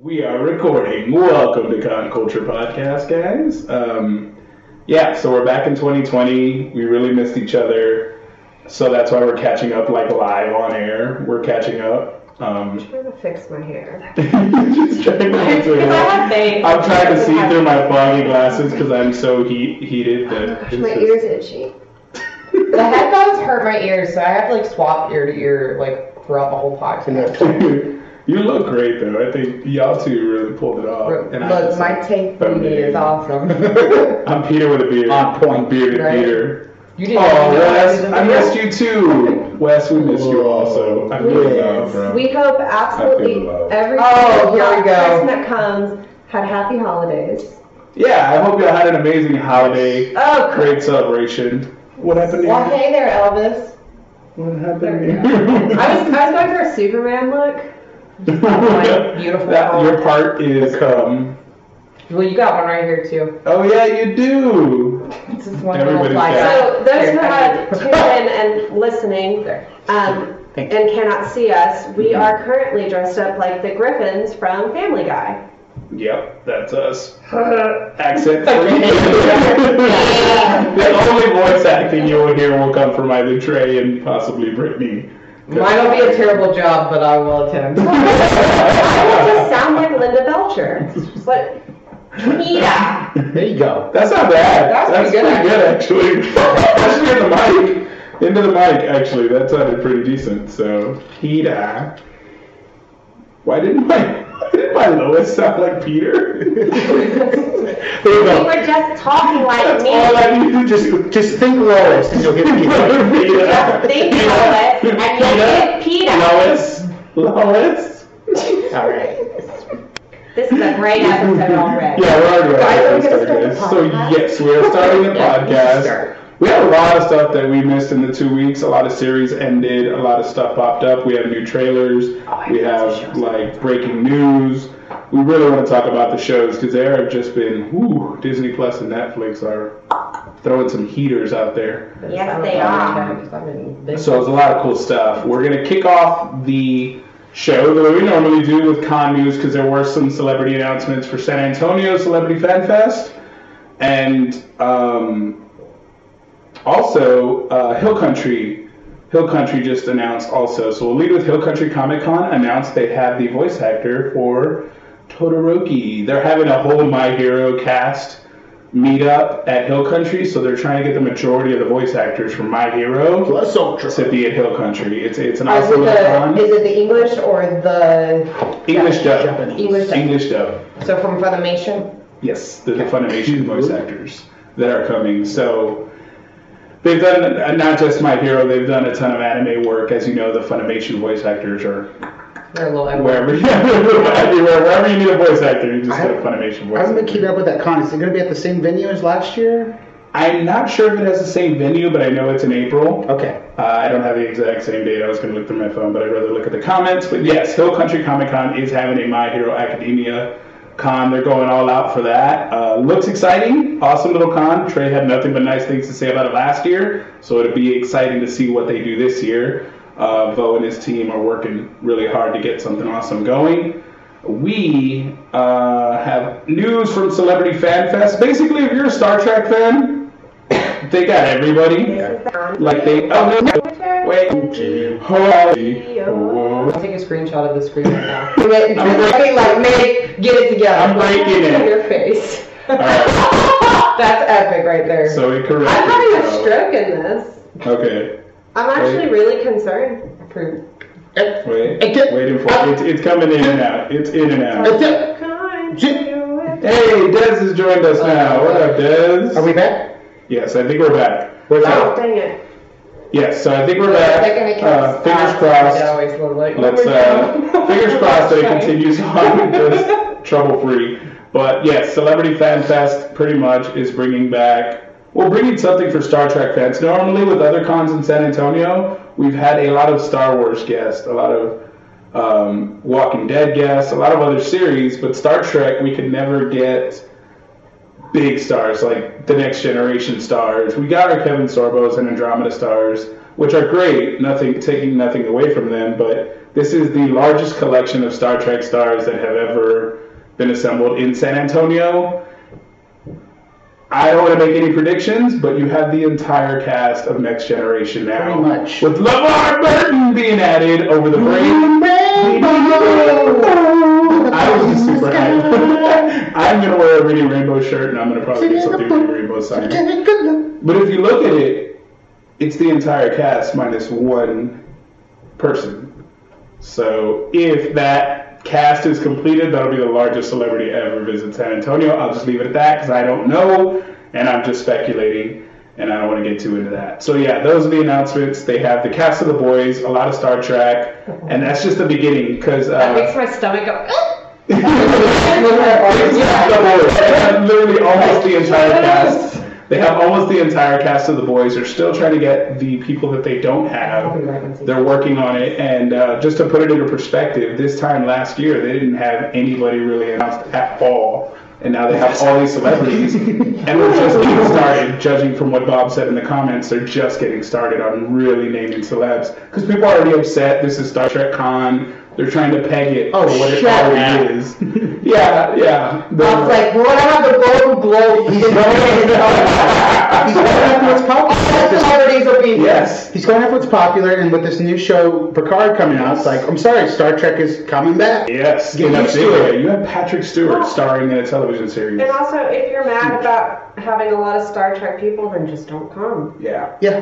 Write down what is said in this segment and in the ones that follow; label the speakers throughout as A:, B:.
A: We are recording. Welcome to Con Culture Podcast, guys. Um, yeah, so we're back in 2020. We really missed each other, so that's why we're catching up like live on air. We're catching up. Um,
B: trying to fix my hair.
A: just trying not
C: Because I
A: to-
C: have veins.
A: I'm trying to see through my foggy glasses because I'm so heat heated
C: Oh
A: that
B: my
A: it's
B: ears itchy.
C: The headphones hurt my ears, so I have to like swap ear to ear like throughout the whole podcast.
A: just- you look great though. I think y'all two really pulled it off. I
C: Look,
A: just-
C: my tank
A: I'm
C: beauty is
A: bearded.
C: awesome.
A: I'm Peter with a beard.
D: On point.
A: bearded
C: Right.
A: Peter.
C: You didn't
A: Oh,
C: even know I
A: Wes,
C: was in
A: I
C: the
A: missed you too. Wes, we missed you also. I'm doing well, bro.
B: We hope
A: I
B: absolutely
A: feel loved.
B: every
C: Oh, here we go.
B: person that comes had happy holidays.
A: Yeah, I hope you all had an amazing holiday.
B: Oh,
A: Great celebration. What happened to
C: Well, hey there, Elvis.
A: you? What happened
B: I was I was going for a Superman look.
A: to you?
C: my beautiful
A: that, your
C: home.
A: part is um.
C: Well, you got one right here too.
A: Oh yeah, you do.
C: It's just one
A: Everybody's
C: little fly
A: got
C: guy.
B: So those who
C: Here,
B: have
C: I'm
B: tuned
C: gonna-
B: in and listening um, and cannot see us, we
A: Mm-hmm.
B: are currently dressed up like the Griffins from Family Guy.
A: Yep, that's us. Accent free.
C: Yeah.
A: the only voice acting you will hear will come from either Trey and possibly Brittany.
C: Mine will be a terrible job, but I will attempt.
B: I just sound like Linda Belcher. What? Nita.
D: There you go.
A: That's not bad.
C: That's
A: That's,
C: pretty
A: pretty good, actually. Especially in the mic. Into the mic, actually. That sounded pretty decent. So, Hida. Why didn't my why did my Lois sound like Peter? There you
B: We
A: go.
B: were just talking like
A: That's
B: me.
A: all I need to do. Just
D: Just, just think Lois and you'll get the
A: Hida.
B: Think Lois, and you'll get Peter.
A: Lois. Lois.
D: All right.
B: This is a great episode already.
A: Yeah, we're already
C: Guys, are
A: ready
C: we
A: to
C: gonna start
A: start, guys. So
C: the podcast?
A: yes, we're starting
C: Yeah,
A: the
C: we should
A: podcast.
C: start.
A: We had a lot of stuff that we missed in the two weeks. A lot of series ended. A lot of stuff popped up. We have new trailers.
C: Oh, I
A: we
C: forgot to
A: have like breaking news. We really want to talk about the shows because there have just been whew, Disney Plus and Netflix are throwing some heaters out there.
B: Yes, they are.
A: So it's a lot of cool stuff. We're gonna kick off the show the way we normally do with con news because there were some celebrity announcements for San Antonio Celebrity Fan Fest, and um, also uh, Hill Country. Hill Country just announced also. So we'll lead with Hill Country Comic Con announced they have the voice actor for Todoroki. They're having a whole My Hero cast meetup at Hill Country, so they're trying to get the majority of the voice actors from My Hero
D: Plus Ultra.
A: to be at Hill Country. It's it's an
C: Is it
A: awesome
C: the,
A: con.
C: is it the English or the
A: English dub.
D: Japanese.
C: English? dub?
A: English dub.
C: So from Funimation.
A: Yes, they're the Funimation voice actors that are coming. So they've done uh, not just My Hero. They've done a ton of anime work, as you know. The Funimation voice actors are
C: They're a little everywhere.
A: wherever, everywhere, wherever you need a voice actor, you just
D: I-
A: get a Funimation voice.
D: I'm gonna
A: actor.
D: keep up with that con. Is it gonna be at the same venue as last year?
A: I'm not sure if it has the same venue, but I know it's in April.
D: Okay.
A: Uh, I don't have the exact same date. I was going to look through my phone, but I'd rather look at the comments. But yes, Hill Country Comic Con is having a My Hero Academia con. They're going all out for that. Uh, looks exciting. Awesome little con. Trey had nothing but nice things to say about it last year, so it'll be exciting to see what they do this year. Uh, Vo and his team are working really hard to get something awesome going. We uh, have news from Celebrity Fan Fest. Basically, if you're a Star Trek fan, they got everybody. Like they. Oh, no. Wait.
D: Eh,
A: Holy.
C: I'll take a screenshot of the screen right now.
A: All
C: Wait,
A: breaking-
C: like, Nick, get it together.
A: I'm breaking it.
C: Your face.
A: right.
C: That's epic right there.
A: So we corrected.
B: I'm having a
A: so-
B: stroke in this.
A: Okay.
B: I'm actually really concerned.
C: Proof.
A: Wait.
D: Okay.
A: Waiting for it. It's, it's coming in and out. It's in and out.
D: That's it.
B: Kind
D: J-
B: to it.
A: Hey, Dez has joined us now. What up, Dez?
D: Are we back?
A: Yes, I think we're back.
D: Where's
B: Oh,
D: that?
B: dang it.
A: Yes, so I think we're
C: They're gonna
A: back.
C: kill
A: Uh,
C: us.
A: fingers
C: Ah,
A: crossed.
C: They always look like.
E: oh
A: Let's uh, fingers crossed that it continues on just trouble free. But yes, Celebrity Fan Fest pretty much is bringing back. We're bringing something for Star Trek fans. Normally, with other cons in San Antonio, we've had a lot of Star Wars guests, a lot of um, Walking Dead guests, a lot of other series. But Star Trek, we could never get big stars like the Next Generation stars. We got our Kevin Sorbos and Andromeda stars, which are great. Nothing taking nothing away from them, but this is the largest collection of Star Trek stars that have ever been assembled in San Antonio. I don't want to make any predictions, but you have the entire cast of Next Generation now.
D: Pretty much.
A: With LeVar Burton being added over the break. I was just super hyped. I'm gonna wear a mini rainbow shirt and I'm gonna probably get something with a rainbow sign. But if you look at it, it's the entire cast minus one person. So if that cast is completed, that'll be the largest celebrity ever visit San Antonio. I'll just leave it at that because I don't know and I'm just speculating and I don't want to get too into that. So yeah, those are the announcements. They have the cast of the boys, a lot of Star Trek, and that's just the beginning because.
B: That makes
A: Uh,
B: my stomach go. "Ugh."
A: they have literally almost the entire cast. They have almost the entire cast of the boys. They're still trying to get the people that they don't have. They're working on it, and uh, just to put it into perspective, this time last year they didn't have anybody really announced at all, and now they have all these celebrities, and we're just getting started. Judging from what Bob said in the comments, they're just getting started on really naming celebs because people are already upset. This is Star Trek Con. They're trying to peg it
D: Oh,
A: for what it
D: shut
A: already
D: up.
A: is. Yeah, yeah.
C: I was like, we're gonna have the Golden Globe.
D: He's going after what's
C: All the
D: popular.
C: celebrities will be here.
A: yes.
D: He's going after what's popular, and with this new show, Picard coming out, it's like, I'm sorry, Star Trek is coming back.
A: Yes.
D: Get
A: In a
D: used
A: big
D: to it.
A: way. You have Patrick Stewart starring in a television series.
B: Oh. And also, if you're mad about having a lot of Star Trek people, then just don't come.
A: Yeah.
D: Yeah.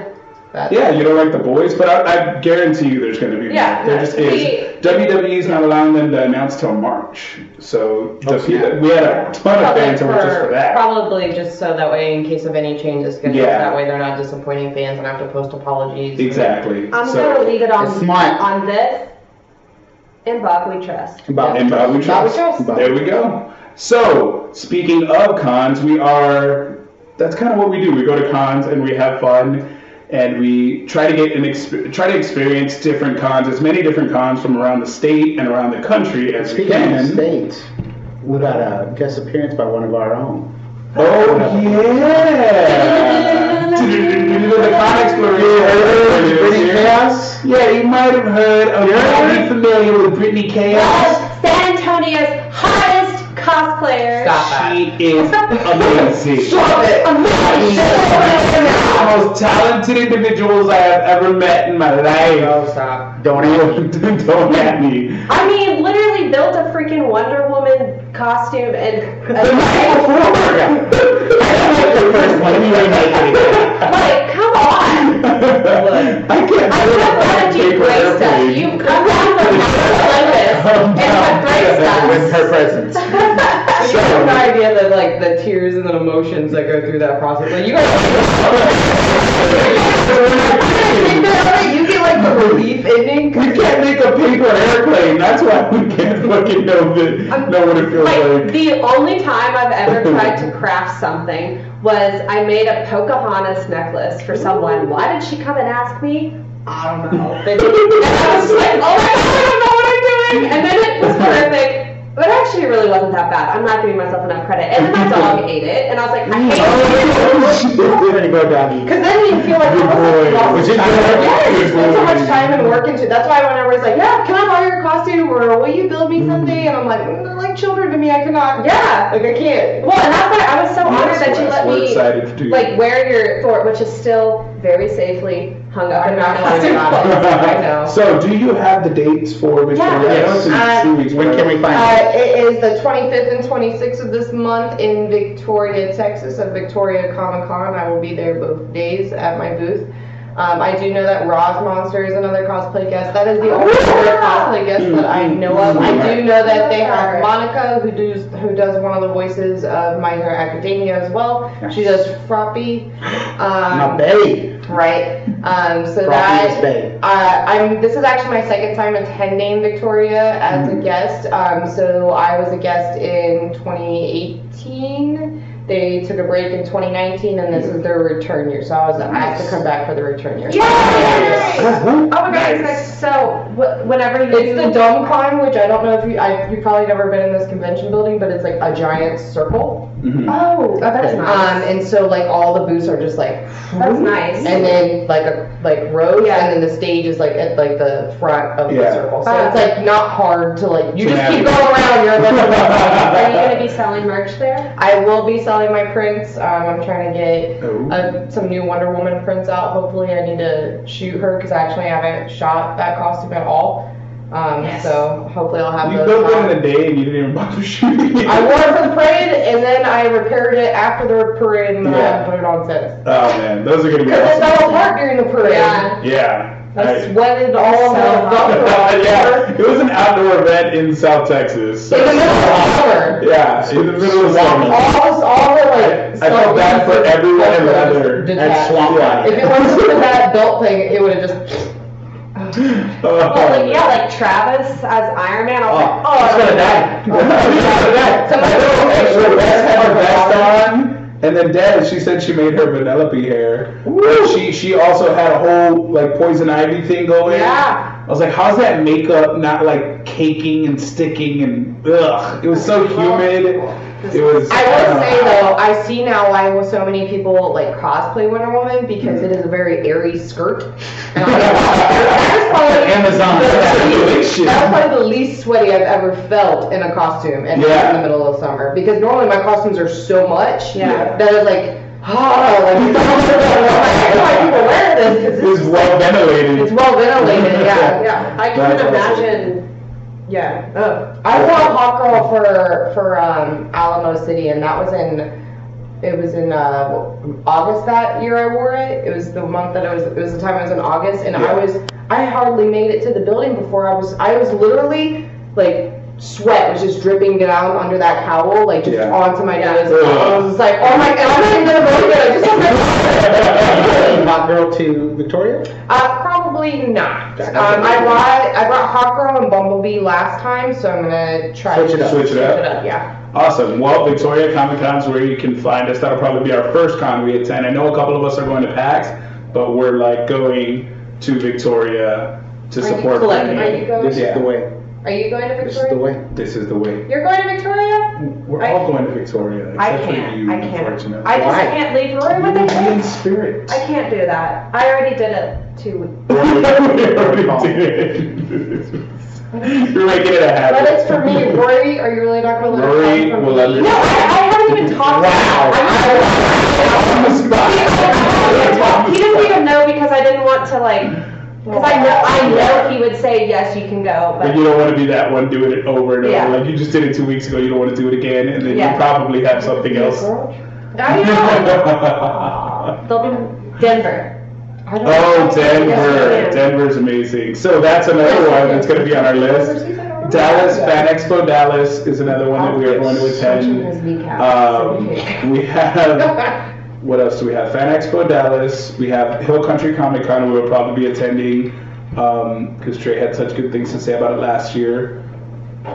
C: That-
A: Yeah, you don't like the boys, but I, I guarantee you there's going to be more.
B: Yeah,
A: there just is. WWE's not allowing them to announce till March, so the
D: Oh,
A: pe-
D: snap.
A: we had a ton of uh, fans that were just for that.
C: Probably just so that way, in case of any changes, schedule,
A: Yeah.
C: that way they're not disappointing fans and have to post apologies.
A: Exactly.
B: I'm
A: so,
B: gonna leave it on
D: It's smart.
B: on this. And Bob, we trust.
D: Bob
A: And Bob we
C: Bob
A: trust.
C: Jones.
A: There we go. So, speaking of cons, we are. That's kind of what we do. We go to cons and we have fun, and we try to get an exp- try to experience different cons, as many different cons from around the state and around the country as we
D: Speaking
A: can.
D: of the state, we got a guest appearance by one of our own.
A: Oh yeah! the con
D: Brittany
A: exploration.
D: Chaos?
A: Yeah, you might have heard. Of,
D: Yeah.
A: Are you familiar with Britney Chaos?
B: San Antonio's hottest cosplayer.
C: Stop that.
A: She is amazing. the most talented individuals I have ever met in my life.
C: No, Oh, stop.
D: Don't even.
A: Don't at me.
B: I mean, literally built a freaking Wonder Woman costume and
A: The night before.
B: like, come on.
A: I can't.
B: I don't want to do gray stuff. You've come down from
A: Oh,
B: Olympus and have gray
D: With
B: stuff.
D: her presence.
C: You have no idea that like the tears and the emotions that go through that process. Like you guys, you get like the relief ending.
A: We can't make a paper airplane. That's why we can't fucking know that. Know what it feels
B: Like
A: like.
B: the only time I've ever tried to craft something was I made a Pocahontas necklace for someone. Why did she come and ask me?
C: I don't know. They
B: I was like, oh my god, I don't know what I'm doing. And then it was horrific. But actually, it really wasn't that bad. I'm not giving myself enough credit. And then my dog ate it, and I was like, I hate it.
D: Pretty good, doggy.
B: Because then you feel like I was like,
A: Was
B: lost
A: it
B: time.
A: good?
B: Yes, you
A: Good
B: spend so
A: boy.
B: much time and work into. That's why whenever it's like, yeah, can I buy your costume or will you build me something? And I'm like, mm, they're like children to me. I cannot. Yeah.
C: like I can't.
B: Well, and that's why I was so honored
A: Yes,
B: that you
A: Wes,
B: let
A: we're
B: me
A: excited to-
B: like wear your fort, which is still very safely hung up in
C: I'm
B: my
C: not worried
B: costume.
C: about it. I know.
A: So, do you have the dates for Mr.
B: Yeah.
A: Yes.
E: Yes.
A: in two weeks?
D: When can we find
E: Uh, it is the 25th and 26th of this month in Victoria, Texas, at Victoria Comic Con. I will be there both days at my booth. Um, I do know that Roz Monster is another cosplay guest. That is the only other cosplay guest that I know of. I do know that they have Monica, who does who does one of the voices of My Hero Academia as well. She does Froppy.
D: My
E: Um,
D: babe.
E: right. Um, so
D: Rocky
E: that
D: is babe.
E: uh, I'm. This is actually my second time attending Victoria as
B: Mm-hmm.
E: a guest. Um, so I was a guest in 2018. They took a break in 2019, and this is their return year. So I was asked to come back for the return year.
B: Yay!
D: Uh-huh.
B: Oh my god, it's like so. Wh- whenever you
E: It's the Dome Con, which I don't know if you I, you've probably never been in this convention building, but it's like a giant circle.
A: Mm-hmm.
B: oh, that's
E: Um, and so like all the booths are just like
B: That's nice.
E: And then like a
C: like rows,
B: Yeah.
C: and then the stage is like at like the front of
A: Yeah.
C: the circle. So
B: Wow.
C: it's like not hard to like you
A: To
C: just keep
A: navigate.
C: going around. You're like,
B: Are you going to be selling merch there?
E: I will be selling my prints. Um, I'm trying to get
A: Oh.
E: uh, some new Wonder Woman prints out. Hopefully, I need to shoot her because I actually haven't shot that costume at all. Um,
B: Yes.
E: So hopefully, I'll have
A: You
E: those.
A: built
E: out.
A: one in a day and you didn't even bother shooting it.
E: I wore it for the parade, and then I repaired it after the parade, and then I
A: Yeah.
E: haven't put it on since.
A: Oh man, those are gonna be
E: Because
A: awesome.
E: it's all apart during the parade.
B: Yeah.
A: Yeah.
E: I
A: I-
E: sweated
B: So
E: all the
B: hot.
E: bumper.
A: yeah, it was an outdoor event in South Texas.
E: In
A: so-
E: the middle of summer.
A: yeah, in the middle of summer.
E: All, all the
A: I,
E: like.
A: I felt
E: snow
A: bad for everyone in
C: Did
A: leather.
C: that.
D: That's swamp
A: Yeah.
D: body.
E: If it wasn't for that belt thing, it would have just.
A: Oh,
B: Well, like, yeah, like Travis as Iron Man. I was
D: Oh,
B: like, oh,
D: that's what I
A: Somebody put her vest- had her vest on, and then Dad, she said she made her Vanellope hair. But she she also had a whole like poison ivy thing going.
B: Yeah.
A: I was like, how's that makeup not like caking and sticking and ugh? It was so humid. It was.
E: I
A: don't
E: will
A: know.
E: say though, I see now why so many people like cosplay Wonder Woman because it is a very airy skirt. And I- that was probably-
D: Amazon.
E: That was probably the least sweaty I've ever felt in a costume, and
A: Yeah.
E: in the middle of summer. Because normally my costumes are so much
A: Yeah.
E: that it's like, oh, like, I don't know why people wear this
A: It
E: 'cause
A: was well
E: it's
A: ventilated.
E: well ventilated. Yeah,
B: yeah. I
A: That's awesome.
B: couldn't imagine. Yeah. Oh, Ugh.
E: I wore a hot girl for for um, Alamo City, and that was in it was in uh, August that year. I wore it. It was the month that I was. It was the time I was in August, and I
A: Yeah.
E: was I hardly made it to the building before I was. I was literally like sweat was just dripping down under that cowl, like just
A: Yeah.
E: onto my nose.
A: Ugh.
E: I was just like, oh my god, I'm in the building. I just "Oh
D: Hot girl to Victoria.
E: Uh, probably not.
D: That's
E: Um, I
D: okay.
E: brought I brought Hot Girl and Bumblebee last time, so I'm gonna try
D: Switch
E: to
D: it up.
A: Switch it up.
E: Yeah.
A: Awesome. Well, Victoria Comic Con is where you can find us. That'll probably be our first con we attend. I know a couple of us are going to PAX, but we're like going to Victoria to
B: you
A: support.
B: collecting-
A: Brittany.
B: are you going-
D: This
A: Yeah.
D: is the way.
B: Are you going to
D: This is the
B: Victoria?
D: way.
A: This is the way.
B: You're going to Victoria?
A: We're
B: I-
A: all going to Victoria.
B: I
A: except for
B: can't.
A: you,
B: I can't.
A: unfortunately.
B: I just
D: Why?
B: can't leave Lori
A: You
B: with
A: need to be in
B: it.
A: spirit.
B: I can't do that. I already did it two weeks.
A: We already did. We're making it a habit.
E: But it's for me, Rory. Are you really not going to let
A: Rory
E: it come from
A: will
E: me?
B: No, I,
A: understand.
B: I haven't even talked to him. I'm not- He doesn't even know because I didn't want to like, because I know, I know he would say, yes, you can go,
A: But
B: but
A: you don't want to be that one doing it over and over.
B: Yeah.
A: Like you just did it two weeks ago, you don't want to do it again, and then
B: Yeah.
A: you probably have something else.
B: I know. They'll be Denver.
E: I don't
A: oh,
B: Yeah.
A: Denver. Denver's amazing. So that's another one that's going to be on our list. Dallas, Fan Expo Dallas is another one that we are going to attend. Um, we have, what else do we have? Fan Expo Dallas. We have Hill Country Comic Con, we will probably be attending because Trey had such good things to say about it last year.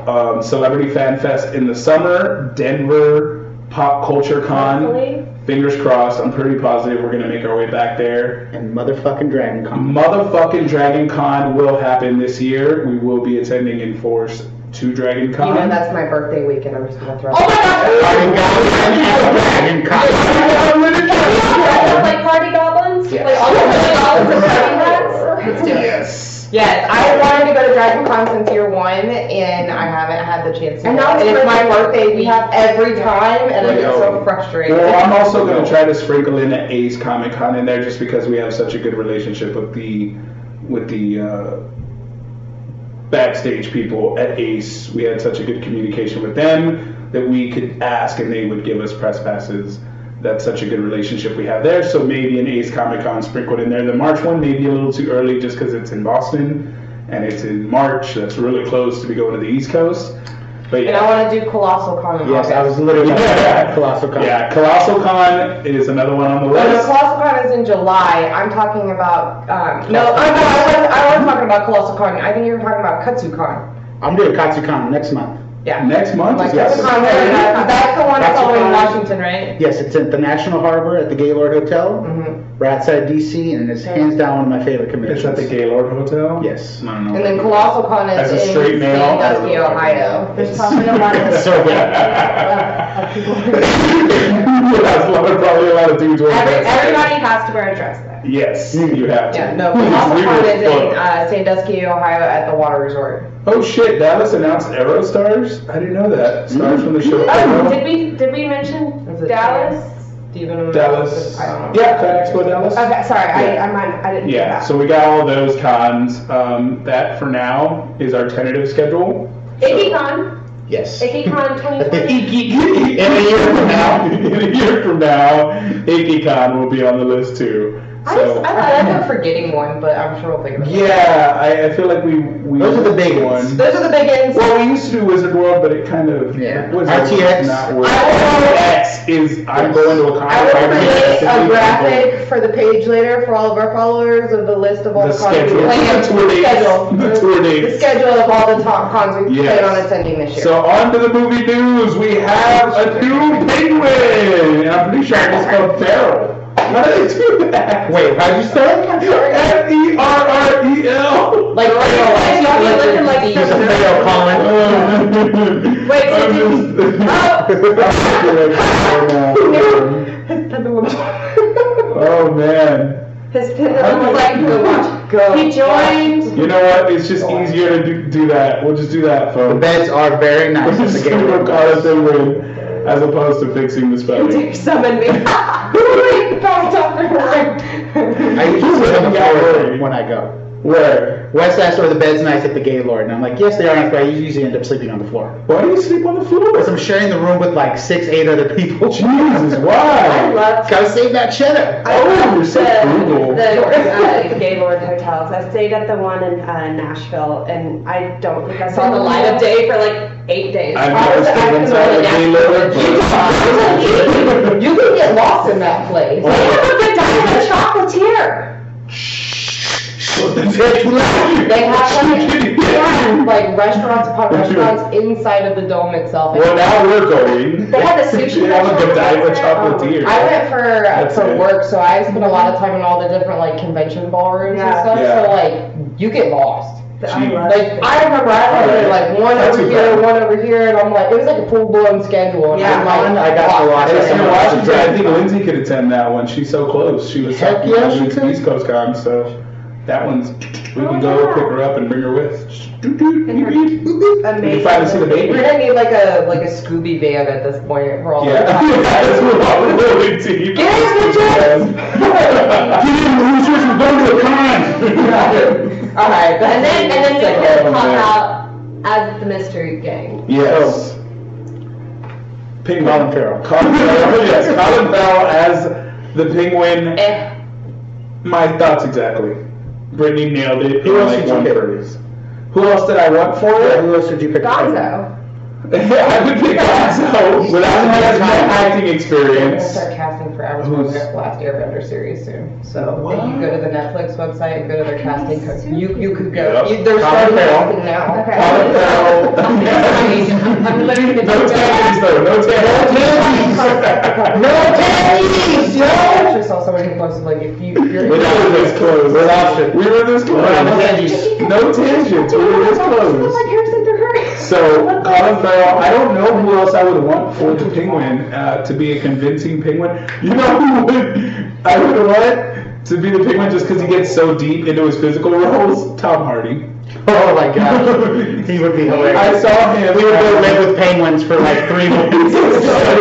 A: Um, Celebrity Fan Fest in the summer, Denver Pop Culture Con.
B: Hopefully.
A: Fingers crossed, I'm pretty positive we're going to make our way back there.
D: And motherfucking Dragon
A: Mm-hmm.
D: Con.
A: Motherfucking Dragon Con will happen this year. We will be attending in force to Dragon Con.
E: You know that's my birthday weekend. I'm just gonna throw.
B: Oh my god.
D: Dragon Con. Dragon Con.
B: Yeah, like party goblins?
D: Yes.
B: Like all the party goblins and party hats? Let's do it.
A: Yes.
E: Yes, I wanted to go to Dragon Con since year one, and I haven't had the chance. To
B: And
E: go.
B: now it's
E: it's my
B: birthday.
E: birthday. We have every time, and I get so frustrated.
A: oh. Well, I'm also going to try to sprinkle in an A's Comic Con in there just because we have such a good relationship with the with the uh, backstage people at Ace. We had such a good communication with them that we could ask and they would give us press passes. That's such a good relationship we have there. So maybe an Ace Comic Con sprinkled in there. The March one may be a little too early just because it's in Boston and it's in March. That's really close to be going to the East Coast. But
E: and
A: yeah.
E: I want to do Colossal Con. in
D: Yes, I was
E: August.
D: literally
A: Yeah.
D: Colossal Con.
A: Yeah, Colossal Con is another one on the
E: Well, no,
A: list.
E: Colossal Con is in July. I'm talking about. Um, no, I know. I was, I was talking about Colossal Con. I think you were talking about Katsu Con.
D: I'm doing Katsucon next month.
E: Yeah.
A: Next month
E: Like
A: is
E: that's the
A: yes.
E: one that- that's the one that's
D: That's
E: over in
D: the one.
E: Washington, right?
D: Yes, it's at the National Harbor at the Gaylord Hotel, right outside DC, and it's hands down one of my favorite
A: Mm-hmm. It's at
D: conventions.
A: the Gaylord Hotel.
D: Yes.
A: I don't know.
E: And then Colossal Con is
A: As a
E: in
A: straight male,
E: St.
A: I don't
E: Dusty,
A: know.
E: Ohio.
B: There's probably a lot of.
D: It's so good.
B: of people-
A: That's a lot of- probably a lot of dudes. wearing
B: Every,
A: dresses.
B: everybody has to wear a dress there.
E: that.
A: Yes, you have to.
C: Yeah,
E: No,
A: Please, we
E: Lost Con
A: were
E: is in
A: fucked.
E: uh, Sandusky, Ohio, at the water resort.
A: Oh shit! Dallas announced Arrow stars. I didn't know that. Stars from the show.
B: Oh,
A: Arrow.
B: did we did we mention
E: Is it
B: Dallas?
E: Stephen
A: Dallas.
E: I don't know.
A: Yeah, Con Expo Dallas.
B: Okay, sorry,
A: Yeah.
B: I I might I didn't. do
A: Yeah,
B: that.
A: so we got all those cons. Um, that for now is our tentative schedule.
B: IckyCon,
D: Yes.
B: IckyCon 2020.
A: In a year from now, in a year from now, IckyCon will be on the list too.
E: I, just,
A: So,
E: I feel like I'm forgetting one, but I'm sure we'll think of it.
A: yeah, I, I feel like we, we
D: Those are the big ones.
E: Those are the big ends.
A: Well, we used to do Wizard World, but it kind of
D: Yeah.
A: Wizard World's
D: RTX.
A: Not worth
E: I
A: RTX is I'm going to a con.
E: I will
A: I'm
E: create
A: going
E: a
A: to
E: graphic for the page later for all of our followers of the list of all
A: The
E: the, cons
A: schedule.
E: we planned.
A: The tour dates. The
E: schedule.
A: tour
E: The
A: dates.
E: schedule of all the top cons we
A: Yes.
E: plan on attending this year.
A: So on to the movie news. We have a new penguin. And I'm pretty sure it's called Feral. How do they do that?
D: Wait, how'd you spell it?
A: F E R R E L.
C: Like,
B: Guys, y'all be looking like
D: There's a
B: some-
D: fail, Colin.
A: Wait,
B: so
A: I'm just. Oh. oh man.
B: His pendulum was like, go watch.
E: Go.
B: He joined.
A: You know what? It's just easier to do, do that. We'll just do that,
D: The
A: folks.
D: beds are very nice.
A: This is
D: The game
A: super card than win, as opposed to fixing the spelling.
B: Dick summoned me. Wait, bounced off the room.
D: I usually sit on the
A: Yeah.
D: floor when I go.
A: Where?
D: Wes asked, "Are the beds nice at the Gaylord?" And I'm like, "Yes, they are." But I usually end up sleeping on the floor.
A: Why do you sleep on the
D: Because I'm
A: floor?
D: sharing the room with like six, eight other people.
A: Jesus, why?
B: I love
D: Gotta save that cheddar.
A: Oh, you're so
B: the,
A: frugal.
B: the uh, Gaylord hotels. I stayed at the one in uh, Nashville, and I don't think I saw the light of day for like eight days.
A: I've
B: I
A: never
B: was- I
A: stayed
B: couldn't
A: inside
B: really
A: the
B: nap.
A: Gaylord,
E: you
A: but.
E: can get lost in that place.
B: They have a Godiva chocolatier.
E: They have like, yeah, like restaurants upon restaurants inside of the dome itself.
A: Well, now we're going.
B: They had the sushi
A: They have a
B: restaurant
A: Godiva
B: there.
A: chocolatier.
E: I went for uh,
A: That's
E: for
A: it.
E: work, so I spent a lot of time in all the different like convention ballrooms and
B: Yeah.
E: stuff.
A: Yeah.
E: So like you get lost.
B: I
A: Gee.
B: love
E: Like I remember I
A: Alright.
E: had like one
A: That's
E: over
A: too
E: here,
A: bad.
E: one over here, and I'm like it was like a full blown schedule. And
B: Yeah.
E: I'm like,
D: Mine, I got to watch
A: It's in
D: it.
A: Washington. I think Lindsay could attend that one. She's so close. She was
D: Heck
A: talking
D: yeah,
A: about
D: she
A: doing
D: could.
A: East Coast Con, so that one's. We can
B: Oh,
A: go
B: yeah.
A: pick her up and bring her with. You can
B: Amazing.
A: finally see the baby.
E: We're gonna need like a like a Scooby van at this point for all
A: Oh, Yeah, that's what I'm willing to.
E: Get in, bitches!
A: losers! We're going to a con!
E: the. All right,
B: And then and then
E: It's
B: we
E: like,
B: could
A: oh,
B: pop
A: man.
B: out as the mystery gang.
A: Yes. Oh. Penguin.
D: Colin Farrell.
A: Colin Farrell, yes. Colin Farrell as the penguin.
E: eh,
A: My thoughts exactly. Brittany nailed it.
D: Who
A: in
D: else
A: like
D: did you
A: one
D: pick?
A: phrase. Who else did I want for
D: Yeah,
A: it?
D: Who else did you pick?
B: Gonzo.
A: I would pick Gonzo without having my acting
E: we're gonna
A: experience.
E: start casting for Avatar's
A: Who's-
E: Last Airbender series soon. So
A: What?
E: if you go to the Netflix website and go to their casting, co- you you could go.
A: Yep.
E: You, they're
D: Colin
E: starting
D: Farrell.
E: casting now.
B: Okay.
A: Colin Farrell.
E: I'm literally gonna
A: No tannies though. No tannies.
D: No panties,
E: I
D: yo.
E: actually saw somebody who posted like if you if you're
A: We were this close.
D: We're lost it.
A: We were this
D: No
A: close.
D: panties.
A: No tangents. We were this close. So Colin Farrell, I don't know who else I would want for the penguin uh, to be a convincing penguin. You know who would I would want to be the penguin just because he gets so deep into his physical roles? Tom Hardy.
D: Oh my god. He would be
A: I
D: hilarious.
A: saw him.
D: We would go live with penguins for like three weeks.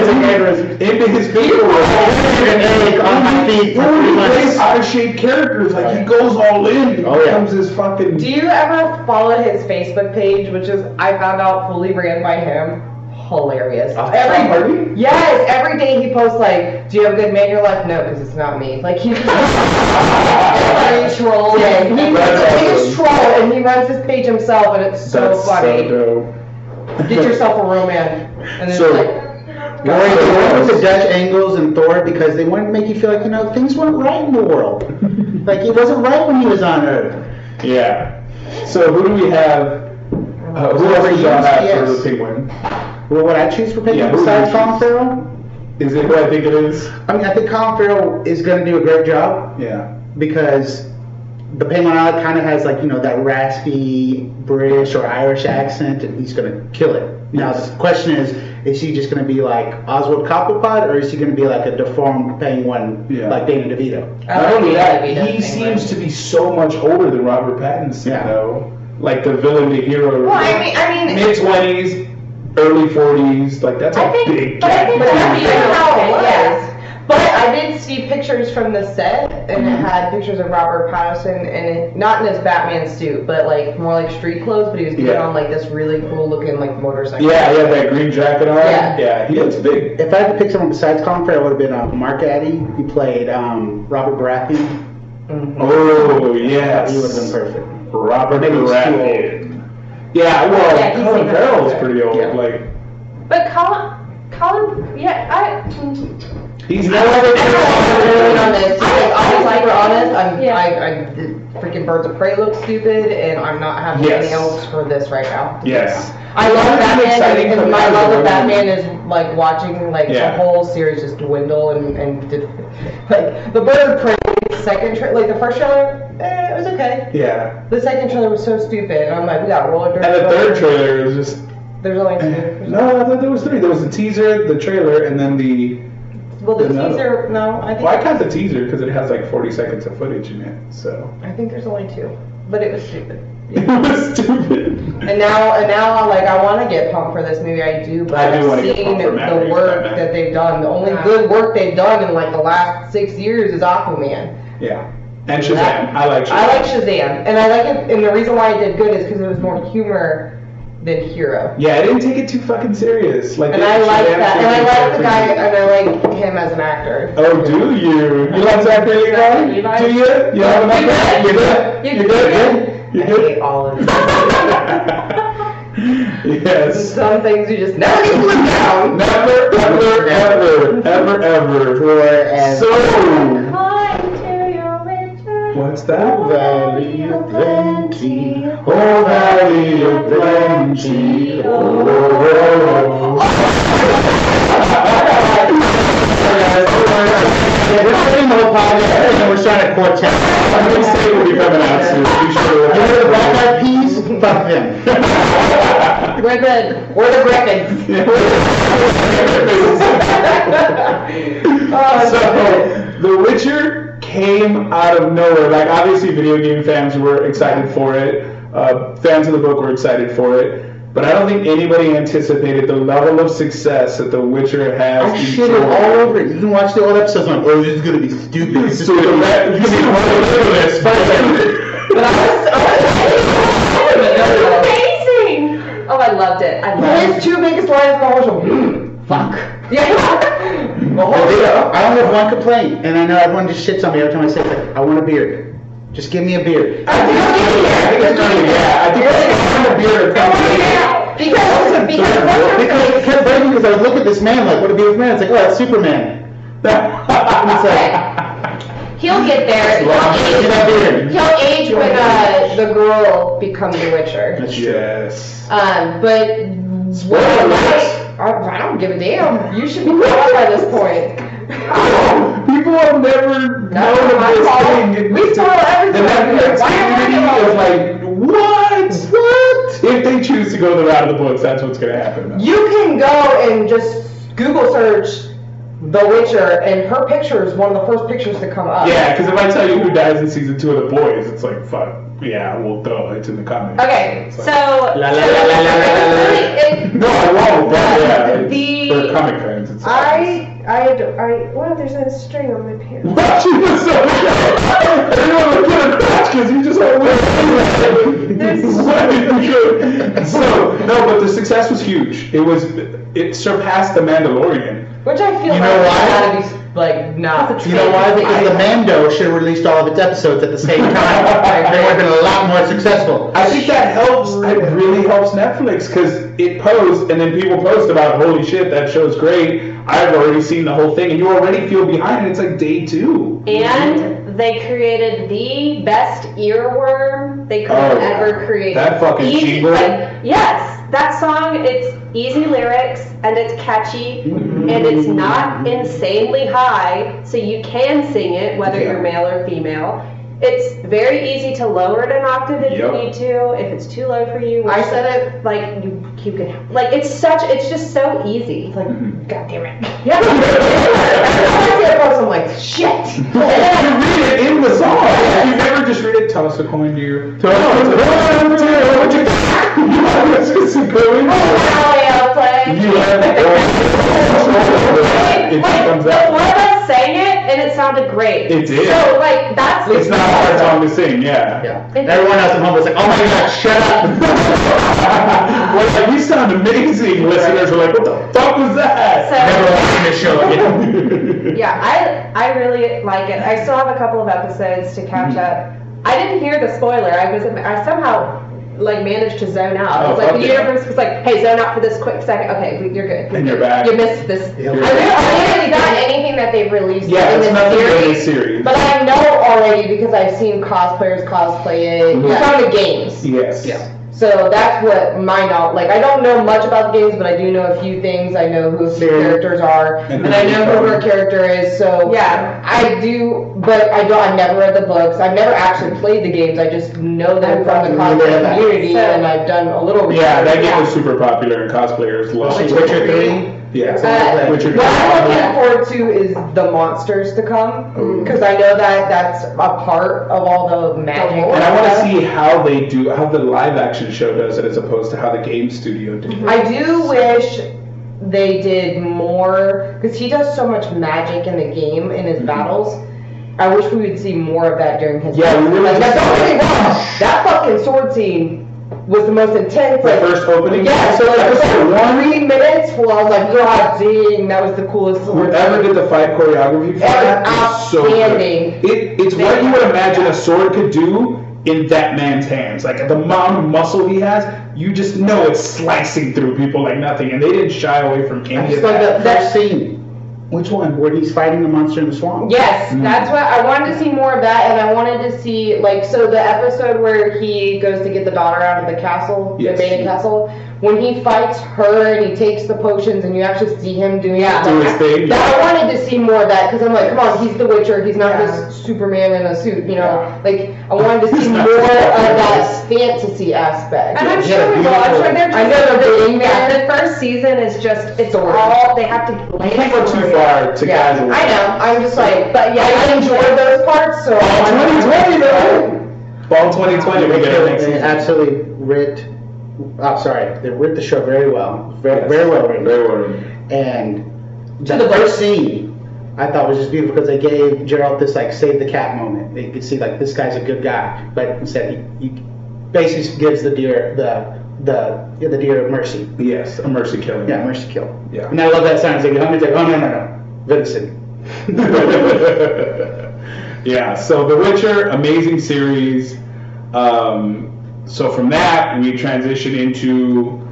A: into his physical roles.
D: An egg on my feet for three
A: He plays
D: months.
A: odd-shaped characters. Like he goes all in.
D: Oh, yeah.
A: Becomes his fucking.
E: Do you ever follow his Facebook page, which is I found out fully ran by him? Hilarious.
A: Tom Hardy?
E: Yes, every day he posts like, "Do you have a good man in your life?" No, because it's not me. Like he's a troll. Yeah, he's the
A: That's
E: biggest
A: awesome.
E: troll, and he runs his page himself, and it's so
A: That's
E: funny.
A: so dope.
E: Get yourself a romance. And it's
A: So-
E: like,
D: Lori, they went with the Dutch angles and Thor because they wanted to make you feel like, you know, things weren't right in the world. Like, it wasn't right when he was on Earth.
A: Yeah. So who do we have? Uh, who else is on that for the penguin?
D: Well, would I choose for picking
A: Yeah, who
D: besides
A: would you
D: Colin
A: choose? Is
D: Farrell?
A: it who I think it is?
D: I mean, I think Colin Farrell is going to do a great job
A: Yeah.
D: because the Penguin Island kind of has, like, you know, that raspy British or Irish accent, and he's going to kill it. Now, the question is, Is she just going to be like Oswald Cobblepot, or is she going to be like a deformed penguin
A: Yeah.
D: like Dana DeVito?
A: Not only that, he
C: Penguin.
A: seems to be so much older than Robert Pattinson,
D: Yeah.
A: though. Like the villain to hero.
B: Well, I mean, I mean,
A: mid twenties, early forties. Like that's a
B: I
A: big
B: think, but I
A: gap.
B: think
E: But
B: that's
E: that's
B: even
E: even
B: how it
E: yeah.
B: was.
E: But I did see pictures from the set, and it had pictures of Robert Pattinson, and it, not in his Batman suit, but like more like street clothes. But he was put
A: Yeah.
E: on like this really cool looking like motorcycle.
A: yeah, yeah, that green jacket on.
E: Yeah.
A: he looks big.
D: If I had to pick someone besides Colin Farrell, it would have been uh, Mark Addy. He played um, Robert Baratheon.
A: Oh yes,
D: He would have been perfect.
A: Robert
D: Maybe he's too
A: Baratheon. Yeah, well,
B: Yeah, he's
A: Colin
B: even
A: Farrell's
B: older.
A: pretty old.
D: Yeah.
A: Like
B: But Colin, Colin, yeah, I,
A: he's
E: Everyone on this, like, honest, like, we're honest. I'm,
B: Yeah.
E: I, I, the freaking Birds of Prey looks stupid, and I'm not having
A: Yes.
E: anything else for this right now.
A: Yes.
E: I love Batman,
A: exciting
E: because
A: for
E: my
A: guys
E: love
A: to learn.
E: of Batman is like watching like
A: Yeah.
E: the whole series just dwindle and and did, like the Bird of Prey second trailer, like the first trailer, eh, it was okay.
A: Yeah,
E: The second trailer was so stupid, and I'm like, we got roller
A: and the third trailer is just
E: There's only two.
A: no. I thought there was three. There was the teaser, the trailer, and then the
E: Well, the
A: Another.
E: teaser, no, I think
A: Well, I count the teaser because it has like 40 seconds of footage in it, so.
E: I think there's only two, but it was stupid.
A: It was stupid.
E: And now, and now, like I want to get pumped for this movie. I do, but
A: I do wanna get
E: have seen
A: pumped for Matt
E: the
A: Reeves'
E: work
A: Batman.
E: that they've done. The only
B: Yeah.
E: good work they've done in like the last six years is Aquaman.
A: Yeah. And Shazam. I like Shazam.
E: I like Shazam, and I like it. And the reason why it did good is because it was more humor than hero.
A: yeah, I didn't take it too fucking serious. Like,
E: And
A: they-
E: I like
A: Shazam
E: that. And I
A: took it
E: like the
A: so
E: guy,
A: freaking-
E: and I like him as an actor.
A: Oh, do you? You like Zachary Levi?
B: Levi?
A: Do you? You like him like that? You're good? You're
E: You're
A: good?
E: I
A: You're
E: hate
A: good?
E: all of this.
A: Yes.
E: Some things you just never need to look down.
A: Never, ever, ever, ever, ever.
D: Or as
A: So,
B: climb to your winter.
A: what's that?
D: Valley of Plenty, oh
A: Valley of Plenty, oh, oh, oh.
D: We're starting the whole podcast and we're trying to quartet.
A: I'm gonna say what you're coming out to. Be sure.
D: You know the Black Eyed Peas? Fuck them.
E: We're good. We're the Griffins.
A: so, The Witcher came out of nowhere. Like, obviously, video game fans were excited for it. Uh, fans of the book were excited for it. But I don't think anybody anticipated the level of success that The Witcher has.
D: I shit it
A: enjoyed.
D: all over it. You can watch the old episodes and I'm like, oh, this is gonna be stupid. This is
A: So, the
D: gonna be-
A: rat- you see, this.
E: But I was, oh, I was,
B: Amazing! Oh, I loved it. I loved it.
E: His two biggest lines in the whole show. "Mm, Fuck. Yeah. The
A: Oh,
E: whole show.
D: I only have one complaint, and I know everyone just shits on me every time I say it. Like, I want a beard. Just give me a beard.
A: I think it's not even- yeah, I think it's kind of beer.
E: Because, because,
D: Because it kept breaking because I would look at this man like, what a beautiful man. It's like, oh, that's Superman. And it's like,
B: He'll get there.
D: give me
B: He'll
D: that beard.
E: he'll age when uh, the girl becomes a witcher.
D: That's true.
A: Yes.
E: Um, but what I like, I, I don't give a damn. You should be proud by this point.
A: People have never known of
E: my
A: this
E: fault.
A: thing.
E: We spoil
A: The
E: everything.
A: Netflix
E: Why am I
A: community
E: the
A: is
E: one?
A: like, what? What? If they choose to go the route of the books, that's what's going to happen.
E: You can go and just Google search The Witcher, and her picture is one of the first pictures to come up.
A: Yeah, because if I tell you who dies in season two of The Boys, it's like, fuck. Yeah, well, duh, it's in the comments.
B: Okay,
A: It's
B: so.
A: like-
D: la, la, la, la, la, la, la.
B: It-
A: No, I won't, but yeah, it's
B: The-
A: for comic fans. It's
E: I, I, d- I, wow, there's a string on my pants.
A: What? You just said Everyone would get a crash because you just went away. So, no, but the success was huge. It was, it surpassed The Mandalorian.
E: Which I feel like
D: You know why?
E: gotta be like not.
D: You know why? Because the Mando should have released all of its episodes at the same time. They would have been a lot more successful.
A: I think that helps. That really helps Netflix because it posts and then people post about holy shit that show's great. I've already seen the whole thing and you already feel behind. And it's like day two.
B: And they created the best earworm they could have
A: Oh,
B: ever create.
A: that fucking jingle.
B: like, yes, that song. It's easy lyrics and it's catchy and it's not insanely high, so you can sing it whether
A: Yeah.
B: you're male or female. It's very easy to lower it an octave if
A: Yep.
B: you need to. If it's too low for you,
E: I said it.
B: like you, you can like it's such it's just so easy. Like
A: Mm-hmm.
E: God damn it.
B: yeah,
E: I'm like shit.
A: And then Oh, you read it in the song. If you've ever just read it, toss a coin to your. Toss a coin to your. It's just a coin.
B: Galileo play.
A: You have a coin. It just
B: Like,
A: comes
B: the four
A: out.
B: of us sang it and it sounded great.
A: It did.
B: So like that's
A: It's not a hard song to sing, yeah.
D: Everyone else in Humboldt's like, oh my god, shut up.
A: We're like, we sound amazing. Listeners were like, what the fuck was that?
B: So-
D: Never watching this show again.
B: Yeah, I I really like it. I still have a couple of episodes to catch
A: Mm-hmm.
B: up. I didn't hear the spoiler. I was I somehow like managed to zone out.
A: Oh,
B: It's like
A: fuck
B: the
A: yeah.
B: universe was like, hey, zone out for this quick second. Okay, we- you're good.
A: And you're back.
B: You missed this.
D: Yeah.
B: I
E: I
B: really-
E: really
B: I
E: haven't
B: really
E: really done
B: got it.
E: anything that they've released
A: Yeah,
E: in
A: it's
E: this
A: nothing
E: series,
A: in the series.
E: but I know already because I've seen cosplayers cosplay it
A: Yeah.
E: from the games.
A: Yes.
E: So that's what my knowledge. Like I don't know much about the games, but I do know a few things. I know who a few
D: Sure.
E: characters are,
A: And
E: and,
A: who
E: I
A: she's
E: know who
A: from.
E: her character is. So
B: Yeah.
E: I do. But I don't. I've never read the books. I've never actually played the games. I just know them from the
D: Yeah.
E: cosplay community,
B: So-
E: and I've done a little. Research.
A: Yeah, that game was super popular and cosplayers loved it.
D: Witcher 3?
A: Yes.
E: Uh,
A: Witcher 3.
E: What I'm looking forward to is the monsters to come, because I know that that's a part of all the magic.
A: And I want to see how they do, how the live action show does it as opposed to how the game studio did it.
E: I do wish they did more because he does so much magic in the game in his battles. I wish we would see more of that during his.
A: Mm-hmm. Yeah, we really
E: Like, now,
A: just-
E: don't get me wrong, That fucking sword scene was the most intense.
A: The
E: like-
A: first opening?
E: Yeah, so like it was
A: Episode
E: like
A: one?
E: three minutes. Well, I was like, God dang, that was the coolest sword.
A: Whoever
E: scene.
A: did the fight choreography for
E: That
A: that
E: was
A: is so good.
E: outstanding.
A: It, it's what you would imagine a sword could do in that man's hands. Like the amount of muscle he has, you just know it's slicing through people like nothing. And they didn't shy away from
D: I
A: any
D: just
A: of
D: love
A: that.
D: that first scene. Which one? Where he's fighting the monster in the swamp?
E: Yes, that's what I wanted to see more of that, and I wanted to see like so the episode where he goes to get the daughter out of the castle,
A: Yes.
E: the maiden castle. When he fights her and he takes the potions, and you actually see him doing
B: Yeah.
A: Do his thing.
E: That, I wanted to see more of that because I'm like, come on, he's the Witcher. He's not
B: Yeah.
E: just Superman in a suit, you
A: Yeah.
E: know. Like I wanted to
A: He's
E: see more
A: not
E: of
A: Superman.
E: that fantasy aspect.
B: And I'm
D: Yeah,
B: sure we will. I'm sure they're just.
E: I know they're doing
B: Yeah,
E: that.
B: the first season is just it's
E: Story.
B: all they have to blame.
A: You can't go too far to
E: Yeah,
A: casual.
E: I know. I'm just like,
B: But yeah,
E: I enjoyed those parts, so.
A: Fall
E: I wanted to-
A: 2020 though. Fall 2020 we get it next
D: They
A: season.
D: absolutely writ. Oh, sorry. They writ the show very well. Very,
A: Yes.
D: very well written.
A: Very well written.
D: And
E: To
D: the
E: the
D: first scene, I thought was just beautiful because they gave Gerald this like save the cat moment. They could see like this guy's a good guy, but instead he, he basically gives the deer the the the deer mercy.
A: Yes, a mercy killing.
D: Yeah, mercy kill.
A: Yeah.
D: And I love that sound. It's like, "Hum," it's like, oh no no no, Vincent.
A: yeah, so The Witcher, amazing series. Um, so from that, we transition into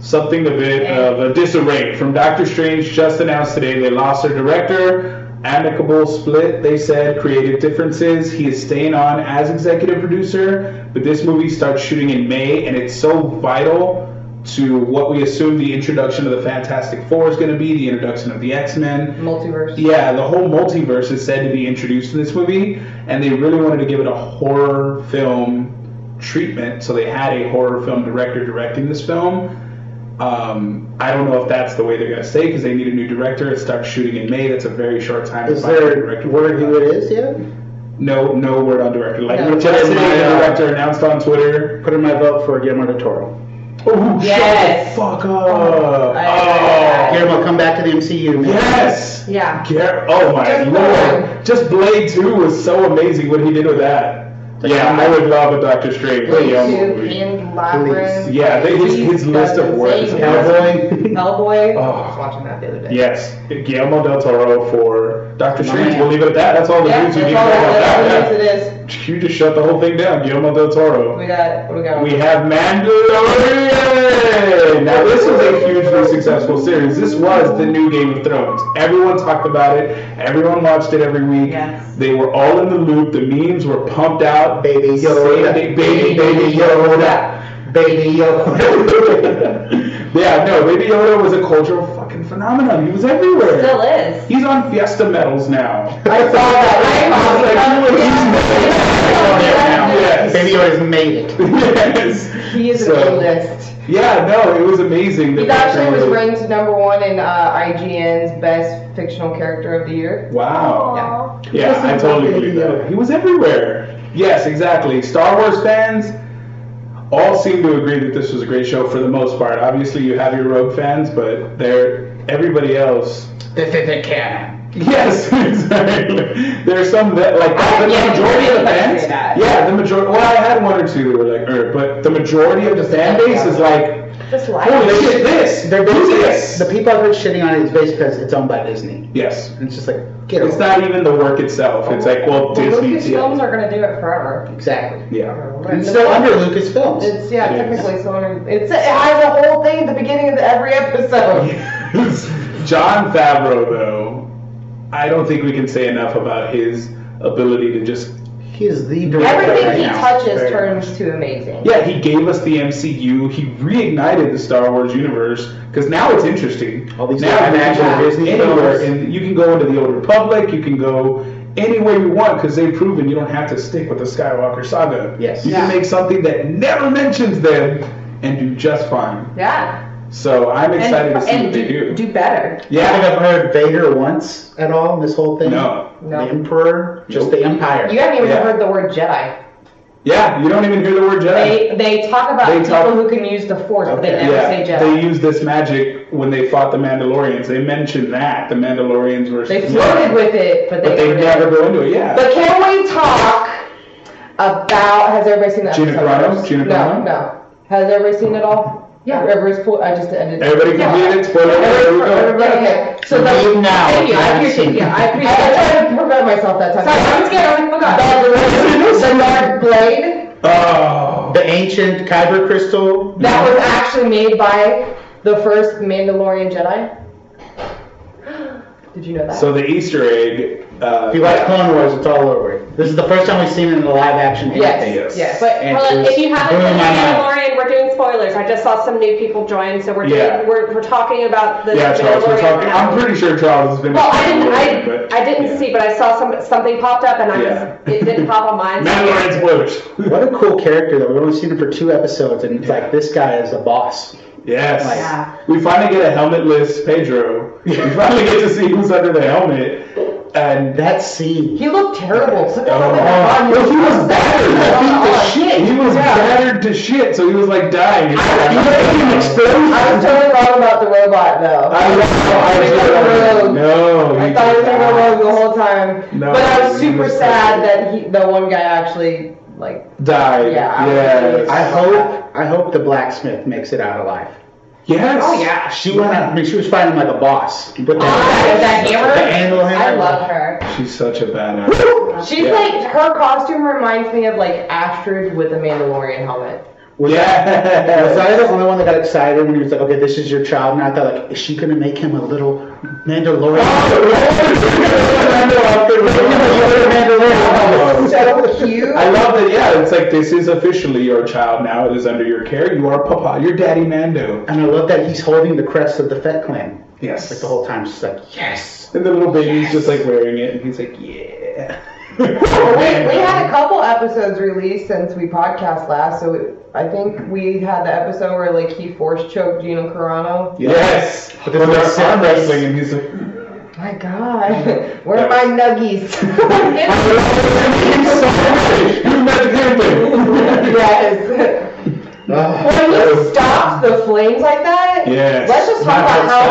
A: something a bit of a disarray. From Doctor Strange, just announced today they lost their director. Amicable split, they said, creative differences. He is staying on as executive producer, but this movie starts shooting in May, and it's so vital to what we assume the introduction of the Fantastic Four is going to be, the introduction of the X Men.
E: Multiverse.
A: Yeah, the whole multiverse is said to be introduced in this movie, and they really wanted to give it a horror film treatment, so they had a horror film director directing this film. Um, I don't know if that's the way they're going to stay because they need a new director. It starts shooting in May. That's a very short time. to
D: Is
A: find a
D: there word who it is yet?
A: No, no word on director. Like
D: No.
A: just today, the
D: Yeah.
A: director announced on Twitter.
D: Put in my vote for Guillermo del Toro.
A: Oh,
B: Yes.
A: shut the fuck up!
B: I-
A: oh,
D: Guillermo, come back to the MCU. Man.
A: yes.
B: Yeah.
A: Gar- oh my
E: Just
A: lord!
E: Blade.
A: Just Blade Two was so amazing what he did with that. Yeah, I would love a Doctor Strange video movie.
E: and Labyrinth.
A: Yeah, they, his, his list of work is
D: Cowboy.
E: Hellboy. I was
A: Oh,
E: watching that the other day.
A: yes, Guillermo del Toro for Doctor Strange.
D: man.
A: We'll leave it at that. That's all the news
E: that's
A: you
E: all
A: need to know
E: that
A: about
E: it
A: that.
E: is. It is.
A: You just shut the whole thing down, Guillermo del Toro.
E: We got. What we got?
A: We have Mandalorian! Now, this was a hugely successful series. This was the new Game of Thrones. Everyone talked about it, everyone watched it every week.
B: Yes.
A: They were all in the loop, the memes were pumped out.
D: Baby Yoda.
A: Baby, baby, baby Yoda.
D: Baby Yoda.
A: yeah, no, Baby Yoda was a cultural fucking phenomenon. He was everywhere.
B: Still is.
A: He's on Fiesta medals now.
E: I saw
A: I
E: that.
A: was like, Yes.
D: Baby Yoda's made it.
A: yes.
E: He is
A: So-
E: the oldest.
A: Yeah, no, it was amazing.
E: He
A: that
E: actually was
A: Batman
E: ranked number one in uh, IGN's best fictional character of the year.
A: Wow.
B: Aw.
A: Yeah,
D: Listen,
A: I totally
D: Baby
A: believe that.
D: Yoda.
A: He was everywhere. Yes, exactly. Star Wars fans all seem to agree that this was a great show for the most part. Obviously, you have your rogue fans, but they're everybody else.
D: This isn't canon.
A: Yes, exactly. There's some that like the
C: yeah,
A: majority of
C: I
A: the
C: agree
A: fans.
C: with that.
A: Yeah, the majority. Well, I had one or two that were like, er, but the majority of the fan base is like,
B: Just
A: oh,
B: like
A: they did this. They're doing this.
D: The people I've been shitting on it is basically because it's owned by Disney.
A: Yes.
D: And it's just like, get
A: It's
D: over it.
A: not even the work itself. It's like, well,
C: Well,
A: Disney.
C: Lucas films are gonna do it forever.
D: Exactly.
A: yeah.
D: It's still under Lucasfilms.
E: It's yeah,
A: It is.
E: technically so. under- It's it has a whole thing at the beginning of every episode.
A: John Favreau, though, I don't think we can say enough about his ability to just.
D: He is the director right
E: Everything he
D: now.
E: touches
A: Fair
E: turns to amazing.
A: Yeah, he gave us the MCU. He reignited the Star Wars universe because now it's interesting.
D: All these
A: now you
D: live-action
A: can go
D: Disney
A: anywhere,
D: films.
A: and you can go into the Old Republic. You can go anywhere you want because they've proven you don't have to stick with the Skywalker saga.
D: Yes.
A: you
D: Yeah.
A: can make something that never mentions them and do just fine.
C: Yeah.
A: So I'm excited to see
C: and
A: what they do.
C: do, do better.
D: I think
A: yeah,
D: I've heard Vader once at all in this whole thing.
A: no.
D: The
C: No.
D: Emperor, just
A: Nope.
D: the Empire.
E: You haven't even
A: Yeah.
E: heard the word Jedi.
A: Yeah, you don't even hear the word Jedi.
C: They they talk about
A: They
C: people
A: talk-
C: who can use the force, but they
D: Okay.
C: never
A: yeah,
C: say Jedi.
A: they used this magic when they fought the Mandalorians. They mentioned that the Mandalorians were.
C: They flirted with it, but they,
A: but they never go into it. Yeah.
E: But can we talk about? Has everybody seen that?
A: Gina
E: episode?
A: Carano? Gina
E: No,
A: Carano?
E: no. Has everybody seen it all?
C: Yeah.
E: Rivers Pool. I just edited.
A: Everybody can read it. Spoiler alert, There we go.
E: Everybody. Okay.
C: So the,
D: Leave now
C: Thank you.
D: if you
C: I
D: haven't
C: appreciate.
D: seen it.
C: Yeah, I
E: I,
C: appreciate.
E: I
C: it.
E: tried to prevent myself that time.
C: Sorry, I'm scared. I'm like, oh my god.
E: The Dark Blade.
A: Oh.
D: The ancient Kyber crystal.
E: That was actually made by the first Mandalorian Jedi. Did you know that?
A: So the Easter egg. Uh,
D: If you watch Clone Wars, it's all over it. This is the first time we've seen it in a live action
E: Yes,
D: anything.
A: yes.
E: yes.
B: But
D: And
B: hold on,
D: just
B: if you haven't
D: blew
B: seen
D: my mind.
B: Mandalorian, we're doing spoilers. I just saw some new people join, so we're doing,
A: Yeah.
B: we're, we're talking about the
A: yeah, Charles. We're
B: Mandalorian
A: talking.
B: now.
A: I'm pretty sure Charles has been.
B: Well, I didn't.
A: but-
B: I, I didn't
A: yeah.
B: see, but I saw some something popped up, and I
A: Yeah.
B: was, it didn't pop on mine.
A: Mandalorian spoilers.
D: What a cool character, though. We've only seen him for two episodes, and it's like, this guy is a boss.
A: Yes.
D: Yeah.
A: We finally get a helmetless Pedro. We finally get to see who's under the helmet. And
D: That scene.
E: he looked terrible. So
A: Oh, well, he was battered. I think the shit. He was battered to shit, so he was like dying.
E: I- I was
A: I
E: totally wrong about the robot though.
A: I was- I was
E: I-
A: no.
E: I
A: he-
E: thought it was gonna go wrong the whole time.
A: No,
E: but I was
A: he
E: super
A: was
E: sad
A: terrible.
E: that he, the one guy actually like.
A: died.
E: Yeah, I was
A: Yes.
E: really-
D: I hope I hope the blacksmith makes it out alive. Ah,
A: yes.
C: Oh yeah.
D: She went out, I mean, she was fighting like a boss. But
E: Ah,
C: that hammer?
D: The angle Oh, hammer.
E: I love her.
A: She's such a badass.
E: She's
A: Yeah.
E: like her costume reminds me of like Astrid with a Mandalorian helmet.
D: Was I, was
A: yeah.
D: I the only one that got excited when he was like, okay, this is your child? And I thought, like, is she going to make him a little Mandalorian?
A: I
E: So cute.
A: love that. Yeah, it's like this is officially your child now. It is under your care. You are Papa. You're Daddy Mando.
D: And I love that he's holding the crest of the Fett clan.
A: Yes.
D: Like, the whole time, she's like, yes.
A: And the little baby's just like wearing it, and he's like, yeah.
E: Well, we, we had a couple episodes released since we podcast last, so we, I think we had the episode where like he force choked Gino Carano.
A: yes. But
D: this
A: they're
D: is
A: arm
D: serious.
A: wrestling, and he's like,
E: My God, where are my nuggies?
A: you met him.
E: yes.
D: Ugh.
E: When he stops the flames like that,
A: Yes.
E: let's just talk
D: Not
E: about how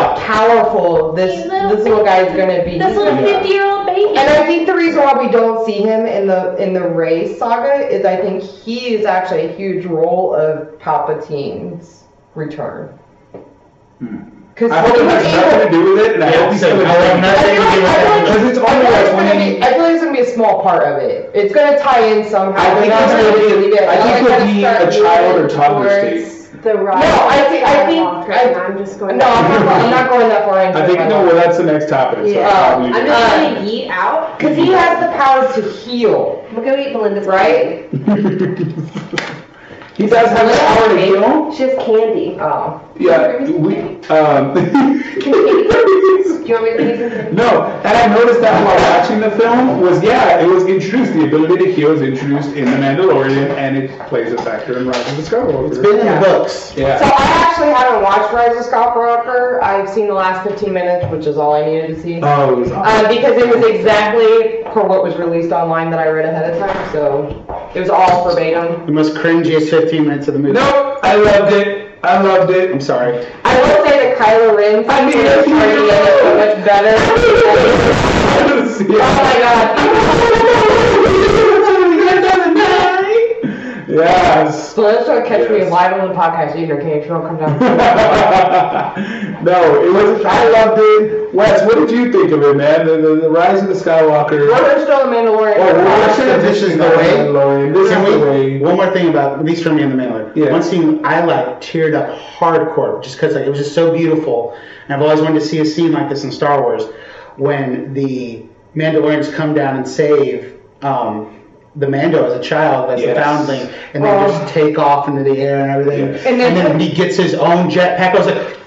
D: stop.
E: powerful this
B: These little-
E: this little guy is gonna be.
B: This little fifty-year-old baby.
E: And I think the reason why we don't see him in the in the Rey saga is I think he is actually a huge role of Palpatine's return. Because
A: Hmm. I hope it has nothing to do with it, and I hope he's
D: Same.
A: still
D: I have
A: alive.
D: nothing to do with it.
A: Because it's
E: I
A: only
E: feel like
A: like
E: it's
A: when
E: gonna
A: he.
E: be- I feel like it's gonna be a small part of it. It's gonna tie in somehow.
A: I think
E: They're not
A: it's gonna
E: really
A: be-
E: leave it.
A: I think
E: They're
A: it'll be
E: gonna start
A: a child or
E: moving
A: toddler
E: towards-
A: state.
B: the rise.
E: No, I think- I think-
B: Skywalker,
E: I-
B: and I'm just going.
E: No, I'm not, I'm not going that far into
A: I think
E: it.
A: no. Well, that's the next topic. So
B: Yeah.
A: I'll
B: I'm
A: leave it.
B: just gonna yeet out.
E: Because he has the power to heal,
B: We'll go eat Belinda's
E: right?
A: he does have the power to heal.
B: She has candy.
E: Oh.
A: Yeah, we. Um,
B: Do you want me to amazing.
A: No, and I noticed that while watching the film was yeah, it was introduced. The ability to heal is introduced in The Mandalorian, and it plays a factor in Rise of the
D: It's
A: Skywalker.
D: been in the books.
E: So
A: Yeah,
E: I actually haven't watched Rise of Skywalker. I've seen the last 15 minutes, which is all I needed to see.
A: oh, it was
E: Um, because it was exactly for what was released online that I read ahead of time, so it was all verbatim.
D: The most cringiest 15 minutes of the movie.
A: Nope, I loved it. I loved
D: I'm
A: it.
D: sorry.
E: I will say that Kylo Ren's
A: I mean,
E: Kylo Ren is so much better. Oh my
A: yes.
E: So let's try to catch me
A: Yes.
E: live on the podcast either, can you? Don't come down.
A: no, it was. I loved it. Wes, what did you think of it, man? The, the, the Rise of the Skywalker.
E: We're gonna show the Mandalorian.
A: Oh, we're watching
D: So
A: it.
D: this is the
A: Mandalorian.
D: way.
A: This
D: Can
A: is the
D: we-
A: way.
D: One more thing about at least for me in the Mandalorian.
A: Yeah.
D: One scene I like teared up hardcore just because like, it was just so beautiful, and I've always wanted to see a scene like this in Star Wars when the Mandalorians come down and save. Um, the Mando as a child, as
A: Yes.
D: a foundling, and they just take off into the air and everything.
A: Yes.
E: And
D: And, then,
E: then-
D: he gets his own jetpack. I was like,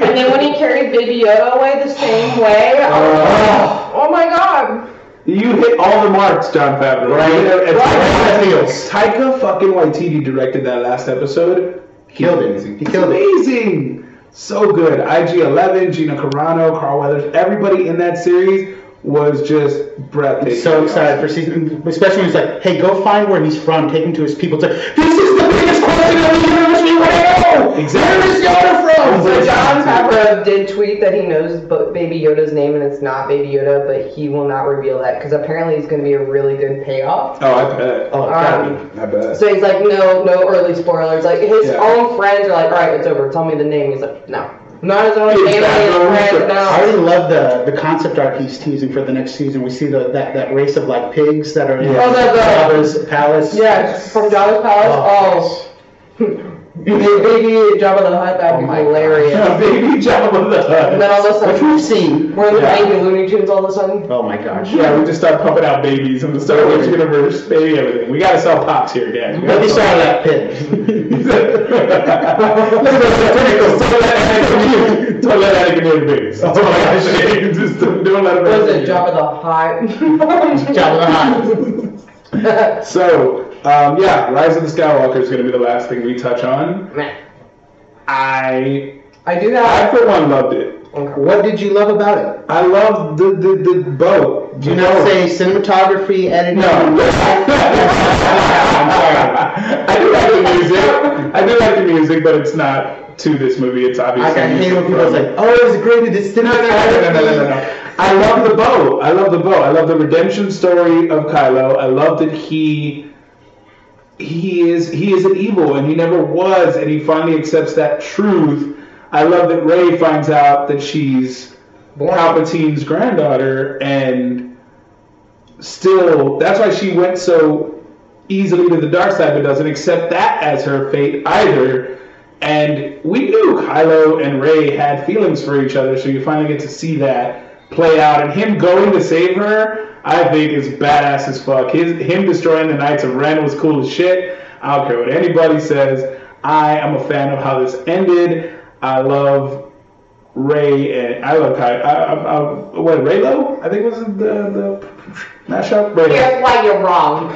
E: And then when he carried Baby Yoda away the same way, I was like, oh my god.
A: You hit all the marks, John Favreau. Right.
D: Right. Feels.
A: Taika fucking Waititi directed that last episode.
D: Killed it. He killed it.
A: Amazing. So good. IG11, Gina Carano, Carl Weathers, everybody in that series was just breathtaking.
D: so excited for season, especially when he's like, "Hey, go find where he's from, take him to his people." It's like, "This is the biggest question of the universe we want to know."
A: Exactly.
D: Where is Yoda from?
A: So
E: John Favreau did tweet that he knows Bo- Baby Yoda's name and it's not Baby Yoda, but he will not reveal that because apparently it's going to be a really good payoff.
A: Oh, I bet.
D: Oh, God.
E: Um,
A: I bet.
E: So he's like, no, no early spoilers. Like his
A: Yeah.
E: own friends are like, all right, it's over. Tell me the name. He's like, no, not his own
A: Exactly.
E: family, his friends,
D: I
E: no.
D: already love the, the concept art he's teasing for the next season. We see the, that, that race of like pigs that are in
A: Yeah. Oh,
E: the- the-
D: Jabba's palace.
E: Yes, from Jabba's palace. Oh, Baby Jabba the Hutt, that'd
D: Oh
E: be
D: my God.
E: hilarious.
A: Yeah, baby Jabba the
E: And then all of a
D: Which
E: sudden,
D: we've seen.
E: we're in the
A: Yeah.
E: baby Looney Tunes all of a sudden.
D: Oh my gosh.
A: Yeah, we just start pumping out babies in the Star Wars universe, baby everything. We gotta sell pops here, guys. We
D: But
A: gotta
D: they
A: sell
D: started that pig.
A: Look at those tentacles. Don't let that in. Don't let that in, babies. That's all I gotta say. Just don't don't let
E: What
A: it
E: is it, Jabba the Hutt?
D: Jabba the Hutt.
A: So, um, yeah, Rise of the Skywalker is gonna be the last thing we touch on.
E: Man,
A: I,
E: I do
A: I
E: that.
A: for one loved it.
D: What did you love about it?
A: I loved the the, the boat. Do
D: Do not say cinematography, editing.
A: No. I'm sorry. I do like the music. I do like the music, but it's not to this movie. It's obviously.
D: I got hate when people
A: from-
D: say, "Oh, it was great. It's
A: No, no, no, no, no, no, no, no. I love the bow. I love the bow. I love the redemption story of Kylo. I love that he he is he is an evil and he never was and he finally accepts that truth. I love that Ray finds out that she's Palpatine's granddaughter and still that's why she went so easily to the dark side but doesn't accept that as her fate either. And we knew Kylo and Ray had feelings for each other, so you finally get to see that play out. And him going to save her, I think is badass as fuck. His him destroying the Knights of Ren was cool as shit. I don't care what anybody says. I am a fan of how this ended. I love Ray and I love Kylo. I, I, I, uh, what Raylo? I think was the the mashup. Raylo.
E: Here's why you're wrong.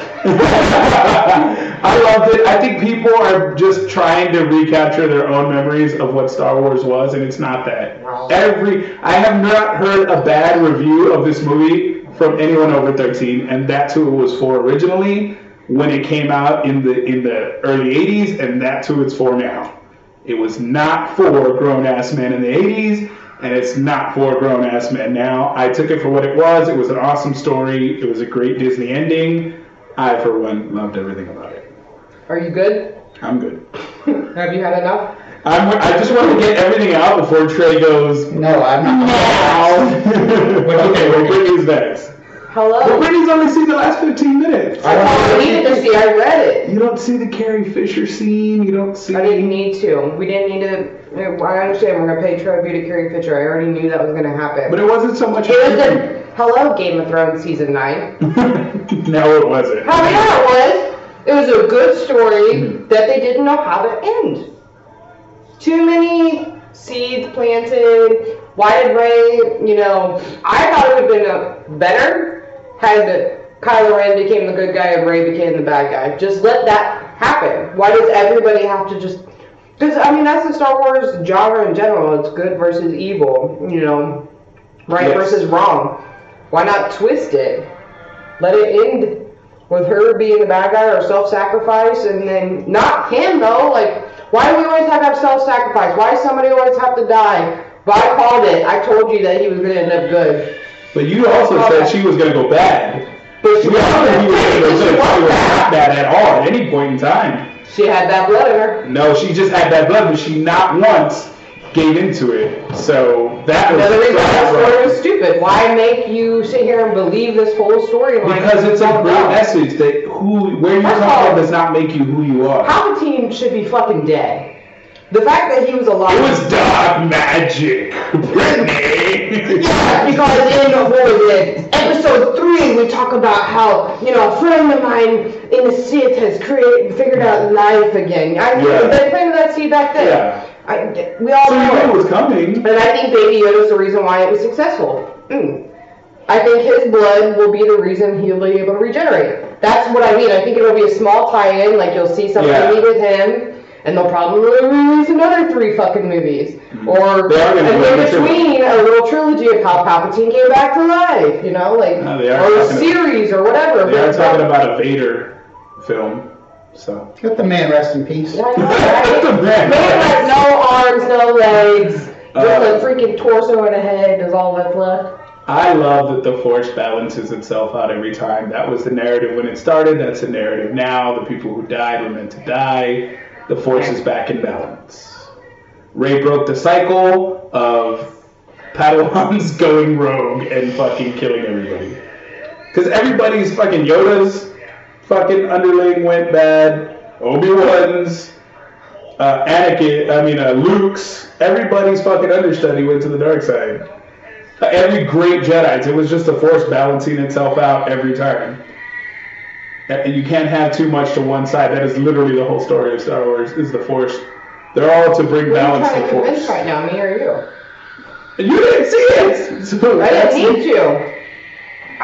A: I loved it. I think people are just trying to recapture their own memories of what Star Wars was, and it's not that. Every I have not heard a bad review of this movie from anyone over 13, and that's who it was for originally when it came out in the in the early 80s, and that's who it's for now. It was not for grown ass men in the 80s, and it's not for grown ass men now. I took it for what it was. It was an awesome story. It was a great Disney ending. I, for one, loved everything about it.
E: Are you good?
A: I'm good.
E: Have you had enough?
A: I'm, I just want to get everything out before Trey goes.
D: No, I'm not.
A: Ow. okay, well, Brittany's next. But
E: Hello.
A: Brittany's only seen the last 15 minutes.
E: I don't need to see. I read it.
A: You don't see the Carrie Fisher scene. You don't see.
E: I didn't need to. We didn't need to. I understand. We're gonna pay tribute to Carrie Fisher. I already knew that was gonna happen.
A: But it wasn't so much.
E: it was a hello Game of Thrones season nine.
A: no, it wasn't.
E: How yeah, it was. It was a good story that they didn't know how to end. Too many seeds planted. Why did Ray? You know, I thought it would have been a better had Kylo Ren became the good guy and Ray became the bad guy. Just let that happen. Why does everybody have to just? Because I mean, that's the Star Wars genre in general. It's good versus evil. You know, right
A: Yes.
E: versus wrong. Why not twist it? Let it end with her being the bad guy or self-sacrifice, and then not him though. Like, why do we always have to have self-sacrifice? Why does somebody always have to die? But I called it. I told you that he was gonna end up good.
A: But you also said she was going to go bad.
E: But
A: We
E: she,
A: all knew you were going to go good. She was not bad at all at any point in time.
E: she had that blood in her.
A: No, she just had that blood, but she not once gave into it. So that was
E: Another reason that story was stupid. Why make you sit here and believe this whole storyline?
A: Because it's a
E: Fucked
A: great
E: up.
A: message that who where you come from does not make you who you are.
E: Palpatine should be fucking dead. The fact that he was alive.
A: It was dark magic, Brittany.
E: because in Hoarded, episode three, we talk about how, you know, a friend of mine in the Sith has created, figured out life again. I
A: Yeah.
E: They planted that seed back then.
A: Yeah.
E: I, we all
A: So you knew it
E: know it.
A: was coming.
E: And I think Baby Yoda is the reason why it was successful. Mm. I think his blood will be the reason he'll be able to regenerate. That's what I mean. I think it'll be a small tie-in, like you'll see something
A: Yeah.
E: with him, and they'll probably release another three fucking movies. Or
A: Mm. They are gonna
E: and
A: do
E: in
A: another trilogy.
E: between a little trilogy of how Palpatine came back to life, you know, like
A: No, they are
E: or a
A: talking-
E: series or whatever.
A: They are talking about a Vader film. So
D: Let the man rest in peace.
E: I know, right?
A: The man.
E: Man has no arms, no legs,
A: Uh,
E: just a freaking torso and a head is all that's left.
A: I love that the Force balances itself out every time. That was the narrative when it started. That's the narrative now. The people who died were meant to die. The Force is back in balance. Ray broke the cycle of Padawans going rogue and fucking killing everybody. Because everybody's fucking Yoda's fucking underling went bad. Obi Wan's, uh, Anakin, I mean uh, Luke's. Everybody's fucking understudy went to the dark side. Every great Jedi's, it was just the Force balancing itself out every time. And you can't have too much to one side. That is literally the whole story of Star Wars. Is the Force? They're all to bring
E: Who are you
A: balance to
E: trying
A: the
E: to convince
A: Force.
E: right now, me or you?
A: And You didn't see it. So
E: I
A: that's-
E: didn't need to.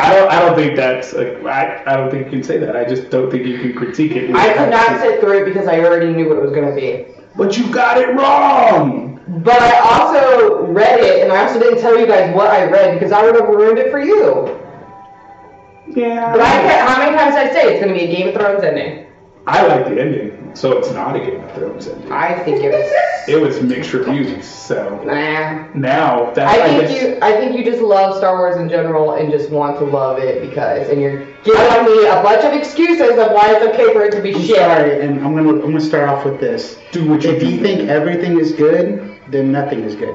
A: I don't. I don't think that's. Like, I. I don't think you can say that. I just don't think you can critique it.
E: I could not sit through it because I already knew what it was going to be.
A: But you got it wrong.
E: But I also read it, and I also didn't tell you guys what I read because I would have ruined it for you.
A: Yeah.
E: But I can't, how many times did I say it's going to be a Game of Thrones ending?
A: I like the ending, so it's not a Game of Thrones ending.
E: I think it was.
A: It was mixed reviews, so
E: Nah.
A: now that's.
E: I think
A: guess-
E: you. I think you just love Star Wars in general and just want to love it because, and you're giving me a bunch of excuses of why it's okay for it to be
D: I'm
E: shit.
D: sorry, and I'm gonna I'm gonna start off with this.
A: do what you
D: If you think everything is good, then nothing is good.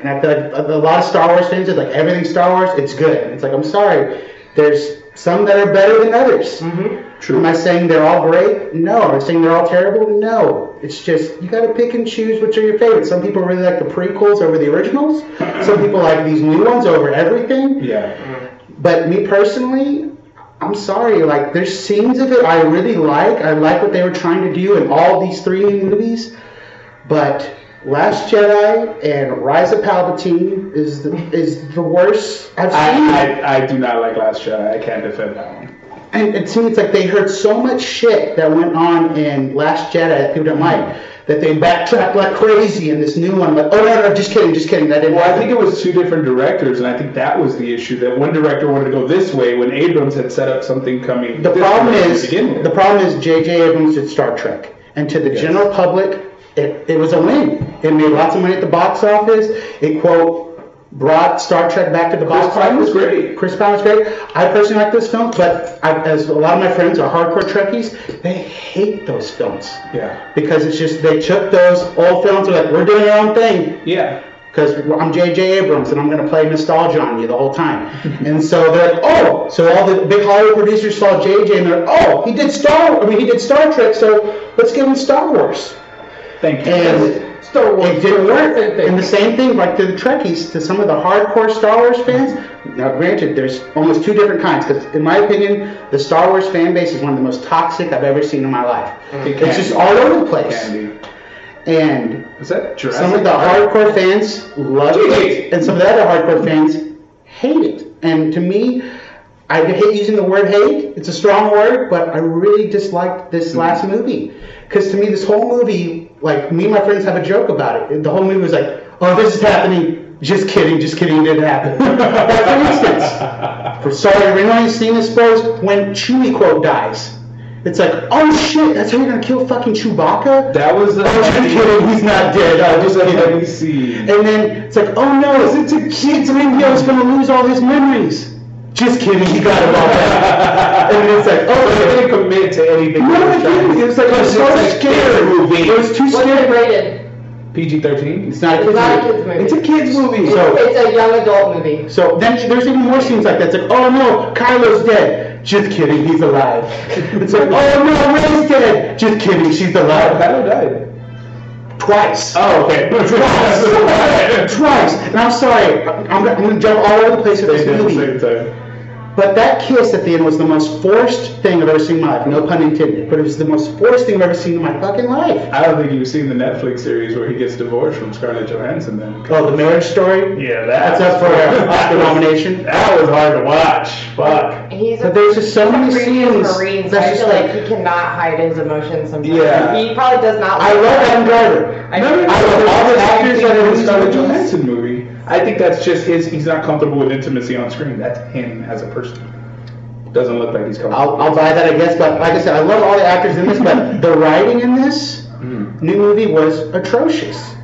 D: And I feel like a a lot of Star Wars fans are like, everything Star Wars, it's good. It's like, I'm sorry. There's some that are better than others.
E: Mm-hmm.
A: True.
D: Am I saying they're all great? No. Am I saying they're all terrible? No. It's just, you gotta pick and choose which are your favorites. Some people really like the prequels over the originals, some people like these new ones over everything.
A: yeah.
D: But me personally, I'm sorry. Like, there's scenes of it I really like. I like what they were trying to do in all these three new movies. But Last Jedi and Rise of Palpatine is the, is the worst I've seen.
A: I, I, I do not like Last Jedi. I can't defend that one.
D: and, and to me, it's like they heard so much shit that went on in Last Jedi that people didn't like that they backtracked like crazy in this new one. Like, oh no, no, just kidding, just kidding. That didn't.
A: Well, I
D: happen.
A: think it was two different directors, and I think that was the issue. That one director wanted to go this way when Abrams had set up something coming.
D: The
A: this
D: problem
A: way to
D: is
A: begin with.
D: the problem is J.J. Abrams did Star Trek, and to the
A: Yes.
D: general public, it, it was a win. It made lots of money at the box office. It quote brought Star Trek back to the
A: Chris
D: box
A: Pine was
D: office.
A: great.
D: Chris Pine was great. I personally like this film, but I, as a lot of my friends are hardcore Trekkies, they hate those films
A: Yeah.
D: because it's just they took those old films. They're like, we're doing our own thing
A: Yeah.
D: because I'm J.J. Abrams and I'm going to play nostalgia on you the whole time. and so they're like, oh, so all the big Hollywood producers saw J.J. and they're like, oh, he did Star, I mean, he did Star Trek, so let's give him Star Wars.
A: Thank you.
D: And
E: Star Wars.
D: it didn't work.
E: Thing.
D: And the same thing, like to the Trekkies, to some of the hardcore Star Wars fans. Now, granted, there's almost two different kinds, because in my opinion, the Star Wars fan base is one of the most toxic I've ever seen in my life.
A: Mm. It
D: It's
A: can
D: just
A: be.
D: all over the place.
A: Candy.
D: and
A: Is that Jurassic?
D: some of the hardcore fans love
A: Jeez.
D: it, and some of the other hardcore fans hate it. And to me, I hate using the word hate. It's a strong word, but I really disliked this last movie because to me, this whole movie, like me and my friends have a joke about it. The whole movie was like, "Oh, this is happening." Just kidding, just kidding, it didn't happen. That's an instance. For sorry, we're not seeing this first when Chewie quote dies. It's like, oh shit, that's how you're gonna kill fucking Chewbacca?
A: That was the.
D: I'm just kidding, he's not dead.
A: That
D: I'm
A: was
D: just
A: the
D: kidding.
A: heavy scene.
D: And then it's like, oh no, it's a kid from India who's gonna lose all his memories. Just kidding, he got it all back. and then it's like,
A: They
D: oh,
A: didn't commit to anything.
D: no, I didn't. It was like, I'm so scared. It was too
E: What's it
D: scary.
E: rated?
A: PG 13?
D: It's not a
E: It's
D: kid's
E: not a
D: movie.
E: kids movie.
A: It's a kids movie.
D: So-
E: it's a young adult movie.
D: So then there's even more scenes like that. It's like, oh no, Kylo's dead. Just kidding, he's alive. It's like, oh no, Ray's dead. Just kidding, she's alive.
A: Kylo died.
D: Twice.
A: Oh, okay.
D: Twice. And I'm sorry, I'm, I'm gonna jump all over the place with
A: They
D: this
A: did
D: movie.
A: the same time.
D: But that kiss at the end was the most forced thing I've ever seen in my life. No pun intended. But it was the most forced thing I've ever seen in my fucking life.
A: I don't think you've seen the Netflix series where he gets divorced from Scarlett Johansson then.
D: Oh, the marriage story?
A: Yeah,
D: That's up for an Oscar nomination.
A: That was hard to watch. Fuck.
E: He's a
D: But there's just so many
E: he's a Marine,
D: scenes.
E: Marine, so I
D: That's just
E: feel like
D: like,
E: he cannot hide his emotions sometimes.
A: Yeah.
E: He probably does not.
D: I
E: like
D: love
E: that.
D: Adam Driver.
E: I-
A: No, no, no.
D: I love
A: all the actors that are in
D: these
A: Scarlett
D: movies.
A: Johansson movie. I think that's just his. He's not comfortable with intimacy on screen. That's him as a person. Doesn't look like he's comfortable.
D: I'll, I'll buy that, I guess. But like I said, I love all the actors in this, but the writing in this new movie was atrocious.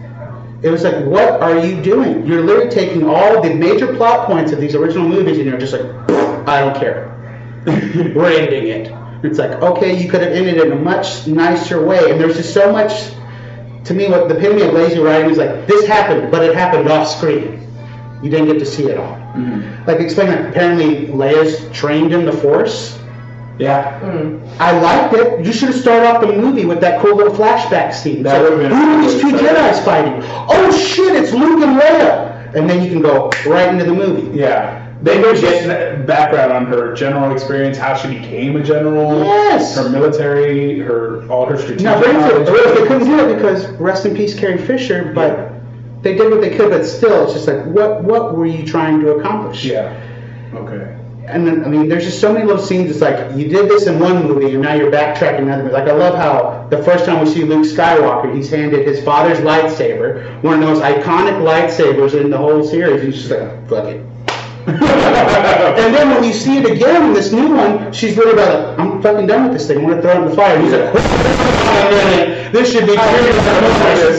D: It was like, what are you doing? You're literally taking all the major plot points of these original movies, and you're just like, I don't care. We're ending it. It's like, okay, you could have ended it in a much nicer way, and there's just so much. To me, what the epitome of lazy writing is like, this happened, but it happened off screen. You didn't get to see it all.
A: Mm-hmm.
D: Like, explain that. Apparently, Leia's trained in the Force.
A: yeah.
D: I liked it. You should have started off the movie with that cool little flashback scene.
A: That
D: It's
A: would've
D: like,
A: been
D: Who are these two
A: really
D: Jedi's fighting? Oh shit! It's Luke and Leia. And then you can go right into the movie.
A: Yeah. They could get that background on her general experience, how she became a general,
D: Yes.
A: her military, her all her strategic
D: Now, granted,
A: knowledge.
D: they couldn't do it because rest in peace, Carrie Fisher. But
A: Yeah.
D: they did what they could. But still, it's just like, what what were you trying to accomplish?
A: Yeah. Okay.
D: And then, I mean, there's just so many little scenes. It's like you did this in one movie, and now you're backtracking another movie. Like I love how the first time we see Luke Skywalker, he's handed his father's lightsaber, one of the most iconic lightsabers in the whole series. He's just like, fuck it. And then when you see it again, in this new one, she's literally like, I'm fucking done with this thing. I'm gonna throw it in the fire. And he's like, this should be.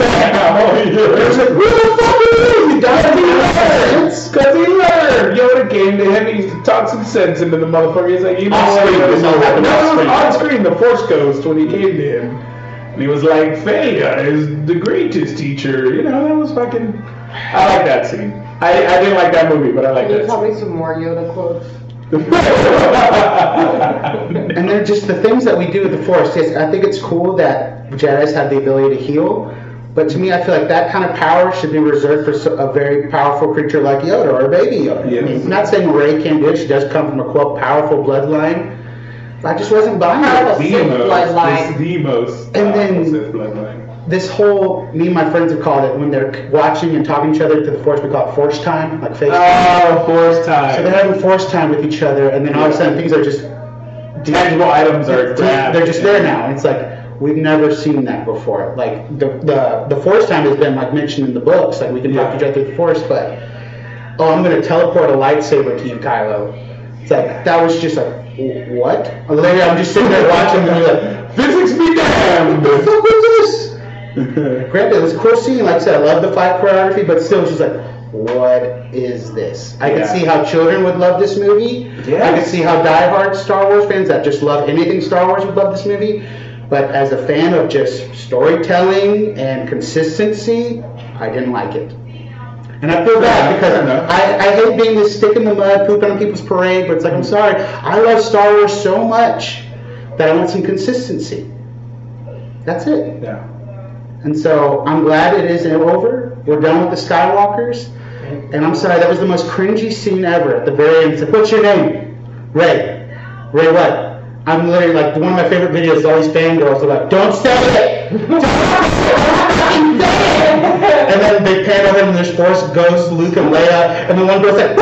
D: It's like, where the fuck are you? You died in the fire. It's
A: Because he learned. Yoda came to him. He talked some sense into the motherfucker. He's like, you know
D: Off
A: what?
D: screen, this all happened off
A: No,
D: screen.
A: on screen, the Force Ghost, when he came to him. And he was like, Faye is the greatest teacher. You know, that was fucking. I like that scene. I, I didn't like that movie, but I like
E: Can you
A: that
E: tell
A: scene.
E: me some more Yoda quotes?
D: And they're just the things that we do with the Force. Yes, I think it's cool that Jedi's have the ability to heal, but to me, I feel like that kind of power should be reserved for so- a very powerful creature like Yoda or a baby Yoda. I mean,
A: Yes.
D: I'm not saying Rey can't do it. She does come from a quote powerful bloodline. I just wasn't buying it.
E: Powerful.
A: the most.
E: bloodline.
A: It's the most.
D: And
A: uh,
D: then-
A: Sith bloodline.
D: This whole me and my friends have called it when they're watching and talking to each other through the Force. We call it Force time, like face.
A: Oh, Force
D: so
A: time.
D: they're having Force time with each other, and then all of a sudden things are just
A: Tangible items are grabbed.
D: They're just there now. It's like we've never seen that before. Like the the the force time has been like mentioned in the books. Like we can talk to each other through the force, but oh, I'm gonna teleport a lightsaber to you, Kylo. It's like that was just like wh- what? Later, I'm just sitting there watching and you're like,
A: Physics be damned!
D: what the fuck was this? Granted, it was a cool scene. Like I said, I love the fight choreography, but still, it's just like, what is this? I
A: Yeah.
D: can see how children would love this movie. I can
A: Yes.
D: see how diehard Star Wars fans that just love anything Star Wars would love this movie. But as a fan of just storytelling and consistency, I didn't like it. And I feel bad because
A: Fair enough.
D: I, I hate being this stick in the mud, pooping on people's parade, but it's like, I'm sorry. I love Star Wars so much that I want some consistency. That's it.
A: yeah.
D: And so I'm glad it is over. We're done with the Skywalkers. And I'm sorry, that was the most cringy scene ever at the very end. It's like, what's your name? Ray. Ray what? I'm literally like, one of my favorite videos is all these fangirls are like, don't say it!
B: I'm saying.
D: And then they pan over and there's Force, Ghost, Luke, and Leia, and then one girl's like, It's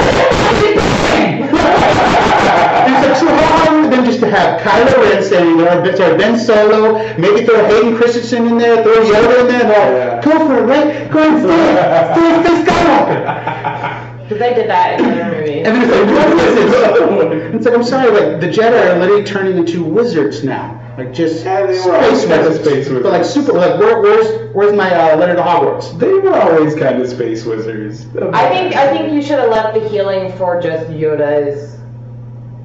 D: like, so how hard would it have been just to have Kylo Ren standing there, but sorry, Ben Solo, maybe throw Hayden Christensen in there, throw Yoda in there, and all, go for it, right? Go and throw it, Skywalker.
C: Because they did that in another movie.
D: And then it's like, what is this? It's like, I'm sorry, like, the Jedi are literally turning into wizards now. Like, just
A: Yeah, they were always
D: space
A: kind of
D: wizards.
A: space
D: But, like,
A: wizards.
D: super, like, where, where's, where's my uh, letter to Hogwarts?
A: They were always kind of space wizards.
C: I think I think you should have left the healing for just Yoda's.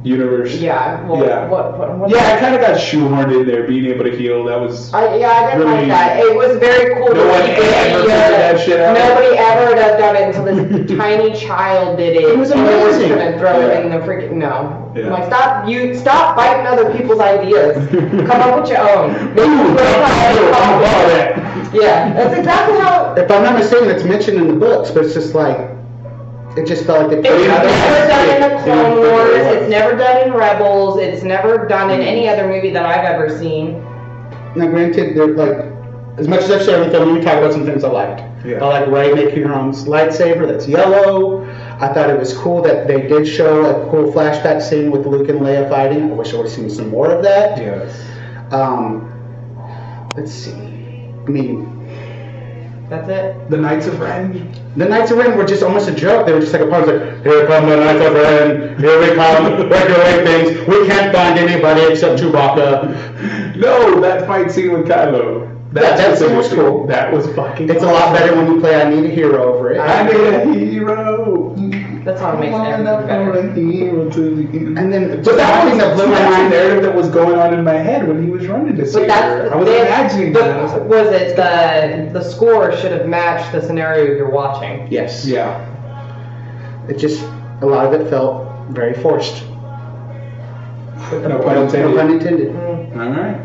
A: universe.
C: Yeah. Well,
A: Yeah.
C: What, what, what,
A: Yeah, I kind of got shoehorned in there, being able to heal. That was.
E: I, yeah, I didn't
A: Really?
E: like that. It was very cool.
A: No
E: to
A: one
E: see
A: ever
E: it.
A: figured that shit out.
E: Nobody ever does done it until this tiny child did it.
D: It was
E: And they were
D: amazing.
E: just gonna throw
A: Yeah.
E: it in the freaking no.
A: Yeah.
E: I'm like stop you stop biting other people's ideas. Come up with your own. Maybe
A: Ooh, I'm
E: we'll try
A: about
E: it.
A: that.
E: Yeah, that's exactly how.
D: If I'm not mistaken, it's mentioned in the books, but it's just like, it just felt
A: Oh,
D: like
E: It's
D: they put it
E: never
D: out
E: done
D: there.
E: in the Clone
A: Yeah.
E: Wars. It's never done in Rebels. It's never done in any other movie that I've ever seen.
D: Now, granted, they're like, as much as I've said on the film, let me talk about some things I liked.
A: Yeah.
D: I like Ray making her own lightsaber that's yellow. I thought it was cool that they did show a cool flashback scene with Luke and Leia fighting. I wish I would have seen some more of that.
A: Yes.
D: Um, let's see. I mean,
E: That's it.
A: The Knights of Ren.
D: the Knights of Ren were just almost a joke. They were just like a part of like, here come the Knights of Ren, here we come, regulate things. We can't find anybody except Chewbacca.
A: No, that fight scene with Kylo.
D: That- that scene was
A: amazing.
D: cool.
A: That was fucking.
D: It's a lot better when we play I Need a Hero over it.
A: I need a hero.
E: That song makes
A: Line
E: everything
A: up for
E: better.
A: a hero to the end.
D: And then-
A: but that was the blew my mind narrative that was going on in my head when he was running this
E: But
A: year.
E: that's
A: I was
E: the-
A: imagining
E: the-
A: that. I was like,
E: was it the the score should have matched the scenario you're watching?
D: Yes.
A: yeah.
D: It just a lot of it felt very forced.
A: No pun intended.
D: No pun intended.
A: All right.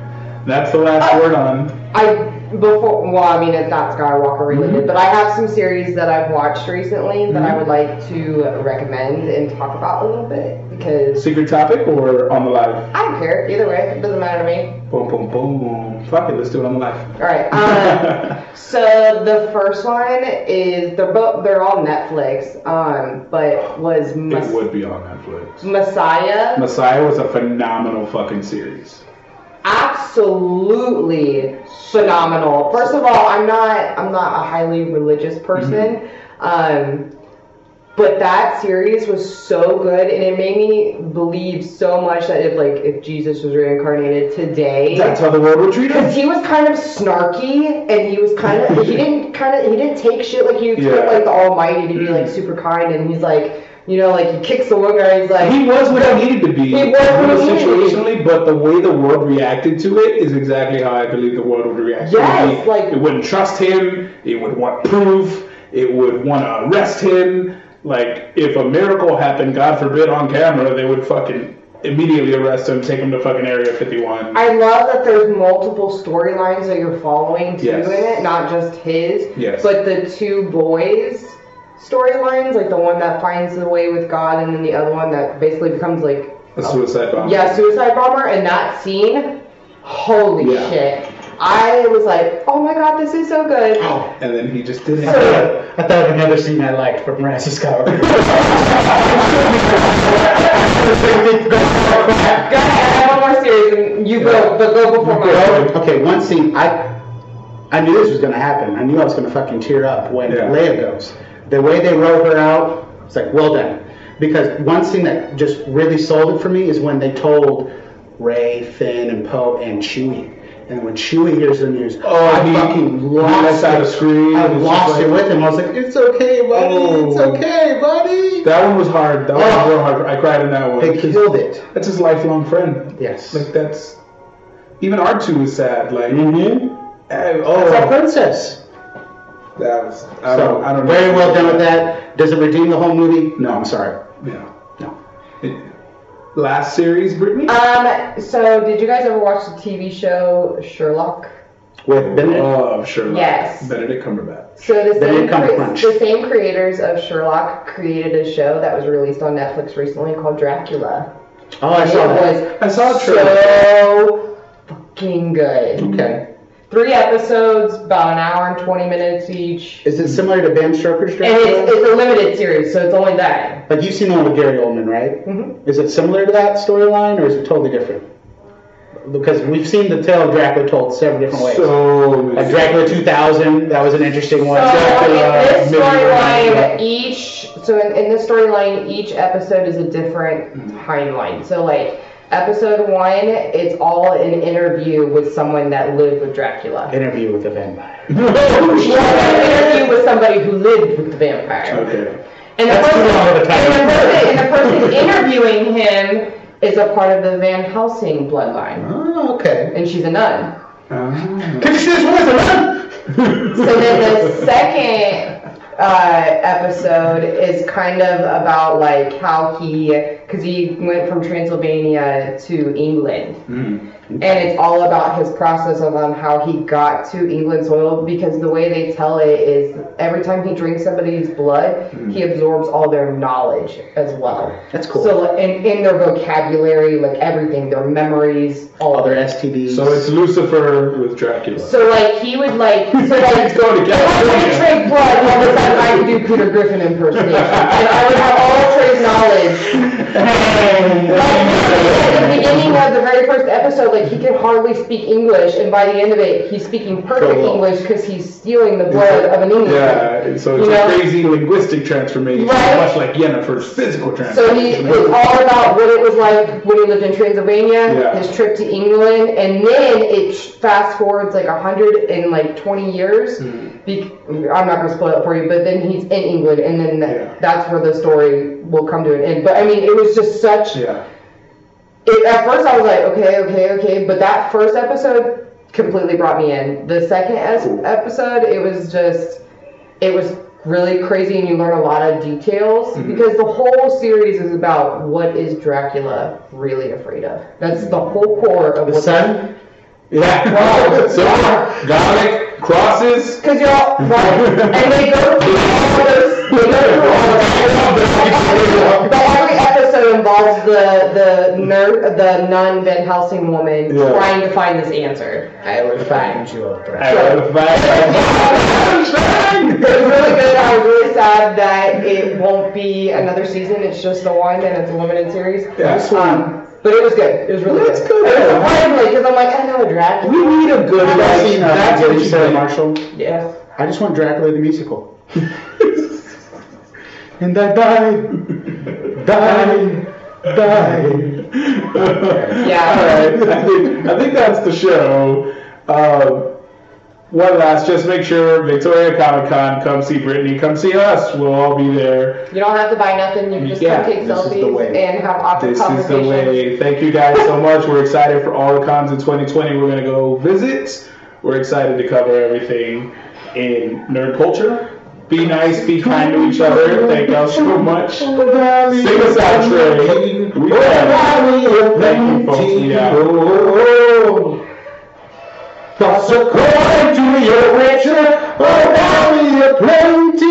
A: That's the last word on.
E: I before well, I mean it's not Skywalker related,
A: Mhm.
E: but I have some series that I've watched recently that
A: Mm-hmm.
E: I would like to recommend and talk about a little bit because
A: Secret topic or on the live?
E: I don't care either way. It doesn't matter to me.
A: Boom, boom, boom. Fuck it, let's do it on the live.
E: All right. Um, So the first one is they're both they're all Netflix, um, but was Mes-
A: it would be on Netflix.
E: Messiah.
A: Messiah was a phenomenal fucking series.
E: absolutely phenomenal. First of all, I'm not I'm not a highly religious person.
A: Mm-hmm.
E: Um but that series was so good and it made me believe so much that if like if Jesus was reincarnated today
A: That's how the world would treat
E: because
A: us.
E: he was kind of snarky and he was kind of he didn't kind of he didn't take shit like you expect
A: Yeah.
E: like the almighty to be like super kind and he's like you know like he kicks the one guy he's like
A: He was what he needed to be.
E: He was what he needed to be.
A: situationally, but the way the world reacted to it is exactly how I believe the world would react.
E: Yes,
A: to it.
E: like-
A: it wouldn't trust him. It would want proof. It would want to arrest him. Like if a miracle happened, God forbid, on camera, they would fucking immediately arrest him, take him to fucking Area 51.
E: I love that there's multiple storylines that you're following too
A: Yes.
E: in it, not just his.
A: Yes.
E: But the two boys storylines, like the one that finds the way with God and then the other one that basically becomes like
A: a suicide bomb.
E: yeah, suicide bomber and that scene, holy
A: Yeah.
E: shit. I was like, oh my god, this is so good.
A: And then he just didn't.
E: So-
D: I thought of another scene I liked from Rise of Skywalker.
E: Go ahead, I have one more series and you go, but go before my
D: okay, one scene I I knew this was gonna happen. I knew I was gonna fucking tear up when
A: Yeah.
D: Leia goes. The way they roll her out, it's like well done. Because one scene that just really sold it for me is when they told Ray, Finn, and Poe and Chewie. And when Chewie hears the news,
A: Oh,
D: I
A: he- he
D: fucking
A: lets
D: lost
A: out
D: it.
A: a scream.
D: I
A: It was
D: lost
A: just
D: it
A: like-
D: with him. I was like, "It's okay, buddy. It's
A: Oh.
D: okay, buddy."
A: That one was hard. That one was
D: Oh.
A: real hard. I cried in that one.
D: They killed it.
A: That's his lifelong friend.
D: Yes.
A: Like that's even R two was sad. Like
D: mm-hmm.
A: eh,
D: It's our
A: oh,
D: princess.
A: that was I
D: so
A: don't I don't know.
D: very well done with that. Does it redeem the whole movie?
A: No, I'm sorry. Yeah, no. It- last series, Brittany.
E: Um, so did you guys ever watch the TV show Sherlock?
D: With Benedict.
A: Love Sherlock.
E: Yes.
A: Benedict Cumberbatch.
E: So the
D: Then
E: same,
D: it comes
E: crea-
D: crunch.
E: the same creators of Sherlock created a show that was released on Netflix recently called Dracula.
D: Oh, I
E: And
D: saw
E: it was
D: that.
A: I saw a trailer.
E: so fucking good.
D: Okay.
C: three episodes, about an hour and 20 minutes each.
D: Is it similar to Bam Stoker's
C: And
D: Dracula?
C: it's, it's a limited series, so it's only that.
D: like you've seen the one with Gary Oldman, right?
E: Mm-hmm.
C: Mhm.
D: Is it similar to that storyline, or is it totally different? Because we've seen the tale of Dracula told several different ways.
A: So
D: like Dracula 2000, that was an interesting one.
E: So in
D: Dracula, uh,
E: this
D: Midnight
E: storyline,
D: Dracula.
E: each so in, in this storyline, each episode is a different timeline. So like episode one, it's all an interview with someone that lived with Dracula.
D: interview with the vampire.
E: An interview with somebody who lived with the vampire.
A: okay.
E: And the
D: That's
E: person,
D: too long of a title.
E: and the person, and the person interviewing him is a part of the Van Helsing bloodline,
D: Oh, okay.
E: and she's a nun.
A: Ah.
D: Could you see this woman? huh?
E: So then the second uh, episode is kind of about like how he, because he went from Transylvania to England,
A: Mm.
D: Mm-hmm.
E: and it's all about his process of on how he got to England soil. Because the way they tell it is every time he drinks somebody's blood, he absorbs all their knowledge as well.
D: Mm-hmm. That's cool.
E: So like, in in their vocabulary, like everything, their memories, all
D: All
E: of it.
D: their STDs.
A: So it's Lucifer with Dracula.
E: So like he would like so like
A: Go together.
E: if I wanted to trade blood all the time I would do Peter Griffin impersonation. and I would have all of Trey's knowledge. Like, at the beginning of the very first episode, like he could hardly speak English and by the end of it he's speaking perfect
D: Cool.
E: English because he's stealing the blood of an Englishman.
A: Yeah, and so it's
E: You
A: a
E: know?
A: crazy linguistic transformation,
E: Right.
A: much like Yennefer's physical
E: So
A: transformation.
E: he it's all about what it was like when he lived in Transylvania,
A: Yeah.
E: his trip to England, and then it fast forwards like a hundred and like twenty years.
A: Hmm.
E: Be- I'm not gonna spoil it for you, but then he's in England, and then
A: Yeah.
E: that's where the story will come to an end. But I mean, it was just such.
A: yeah.
E: It, at first, I was like, okay, okay, okay, but that first episode completely brought me in. The second es- episode, it was just, it was really crazy, and you learn a lot of details
D: Mm-hmm.
E: because the whole series is about what is Dracula really afraid of. That's the whole core of
D: the
E: what
D: sun?
A: Yeah.
E: Wow.
A: So garlic crosses.
E: Because you're all right, and they go through all those. They go through all of that. But every episode involves the the nerd, the nun Van Helsing woman
A: Yeah.
E: trying to find this answer. I would find.
D: Find you a
A: I
D: dress.
E: It was really good. I was really sad that it won't be another season. It's just the one, and it's a limited series.
A: That's
E: Um, but it was good. It was really
A: That's
E: good.
A: good.
E: It was surprisingly because I'm like I know a dragon.
A: We need a good.
D: Have you guys seen uh,
A: That's what you
D: Sarah
A: said,
D: Marshall?
E: Yes.
D: I just want Dracula the musical. and I die, die, die.
E: Yeah.
A: All right. I think, I think that's the show. Um, one last, just make sure Victoria Comic Con, come see Brittany, come see us. We'll all be there.
E: You don't have to buy nothing. You can just
A: Yeah,
E: come take
D: this is the way.
E: selfies and have awkward
A: This is
E: conversations.
A: the way. Thank you guys so much. We're excited for all the cons in 2020. We're going to go visit. We're excited to cover everything in nerd culture. Be nice, be kind to each other. Thank y'all so much. Sing us out, Trey. We out. Thank you, folks. We out.
D: Toss a coin to your richer, oh, valley of plenty.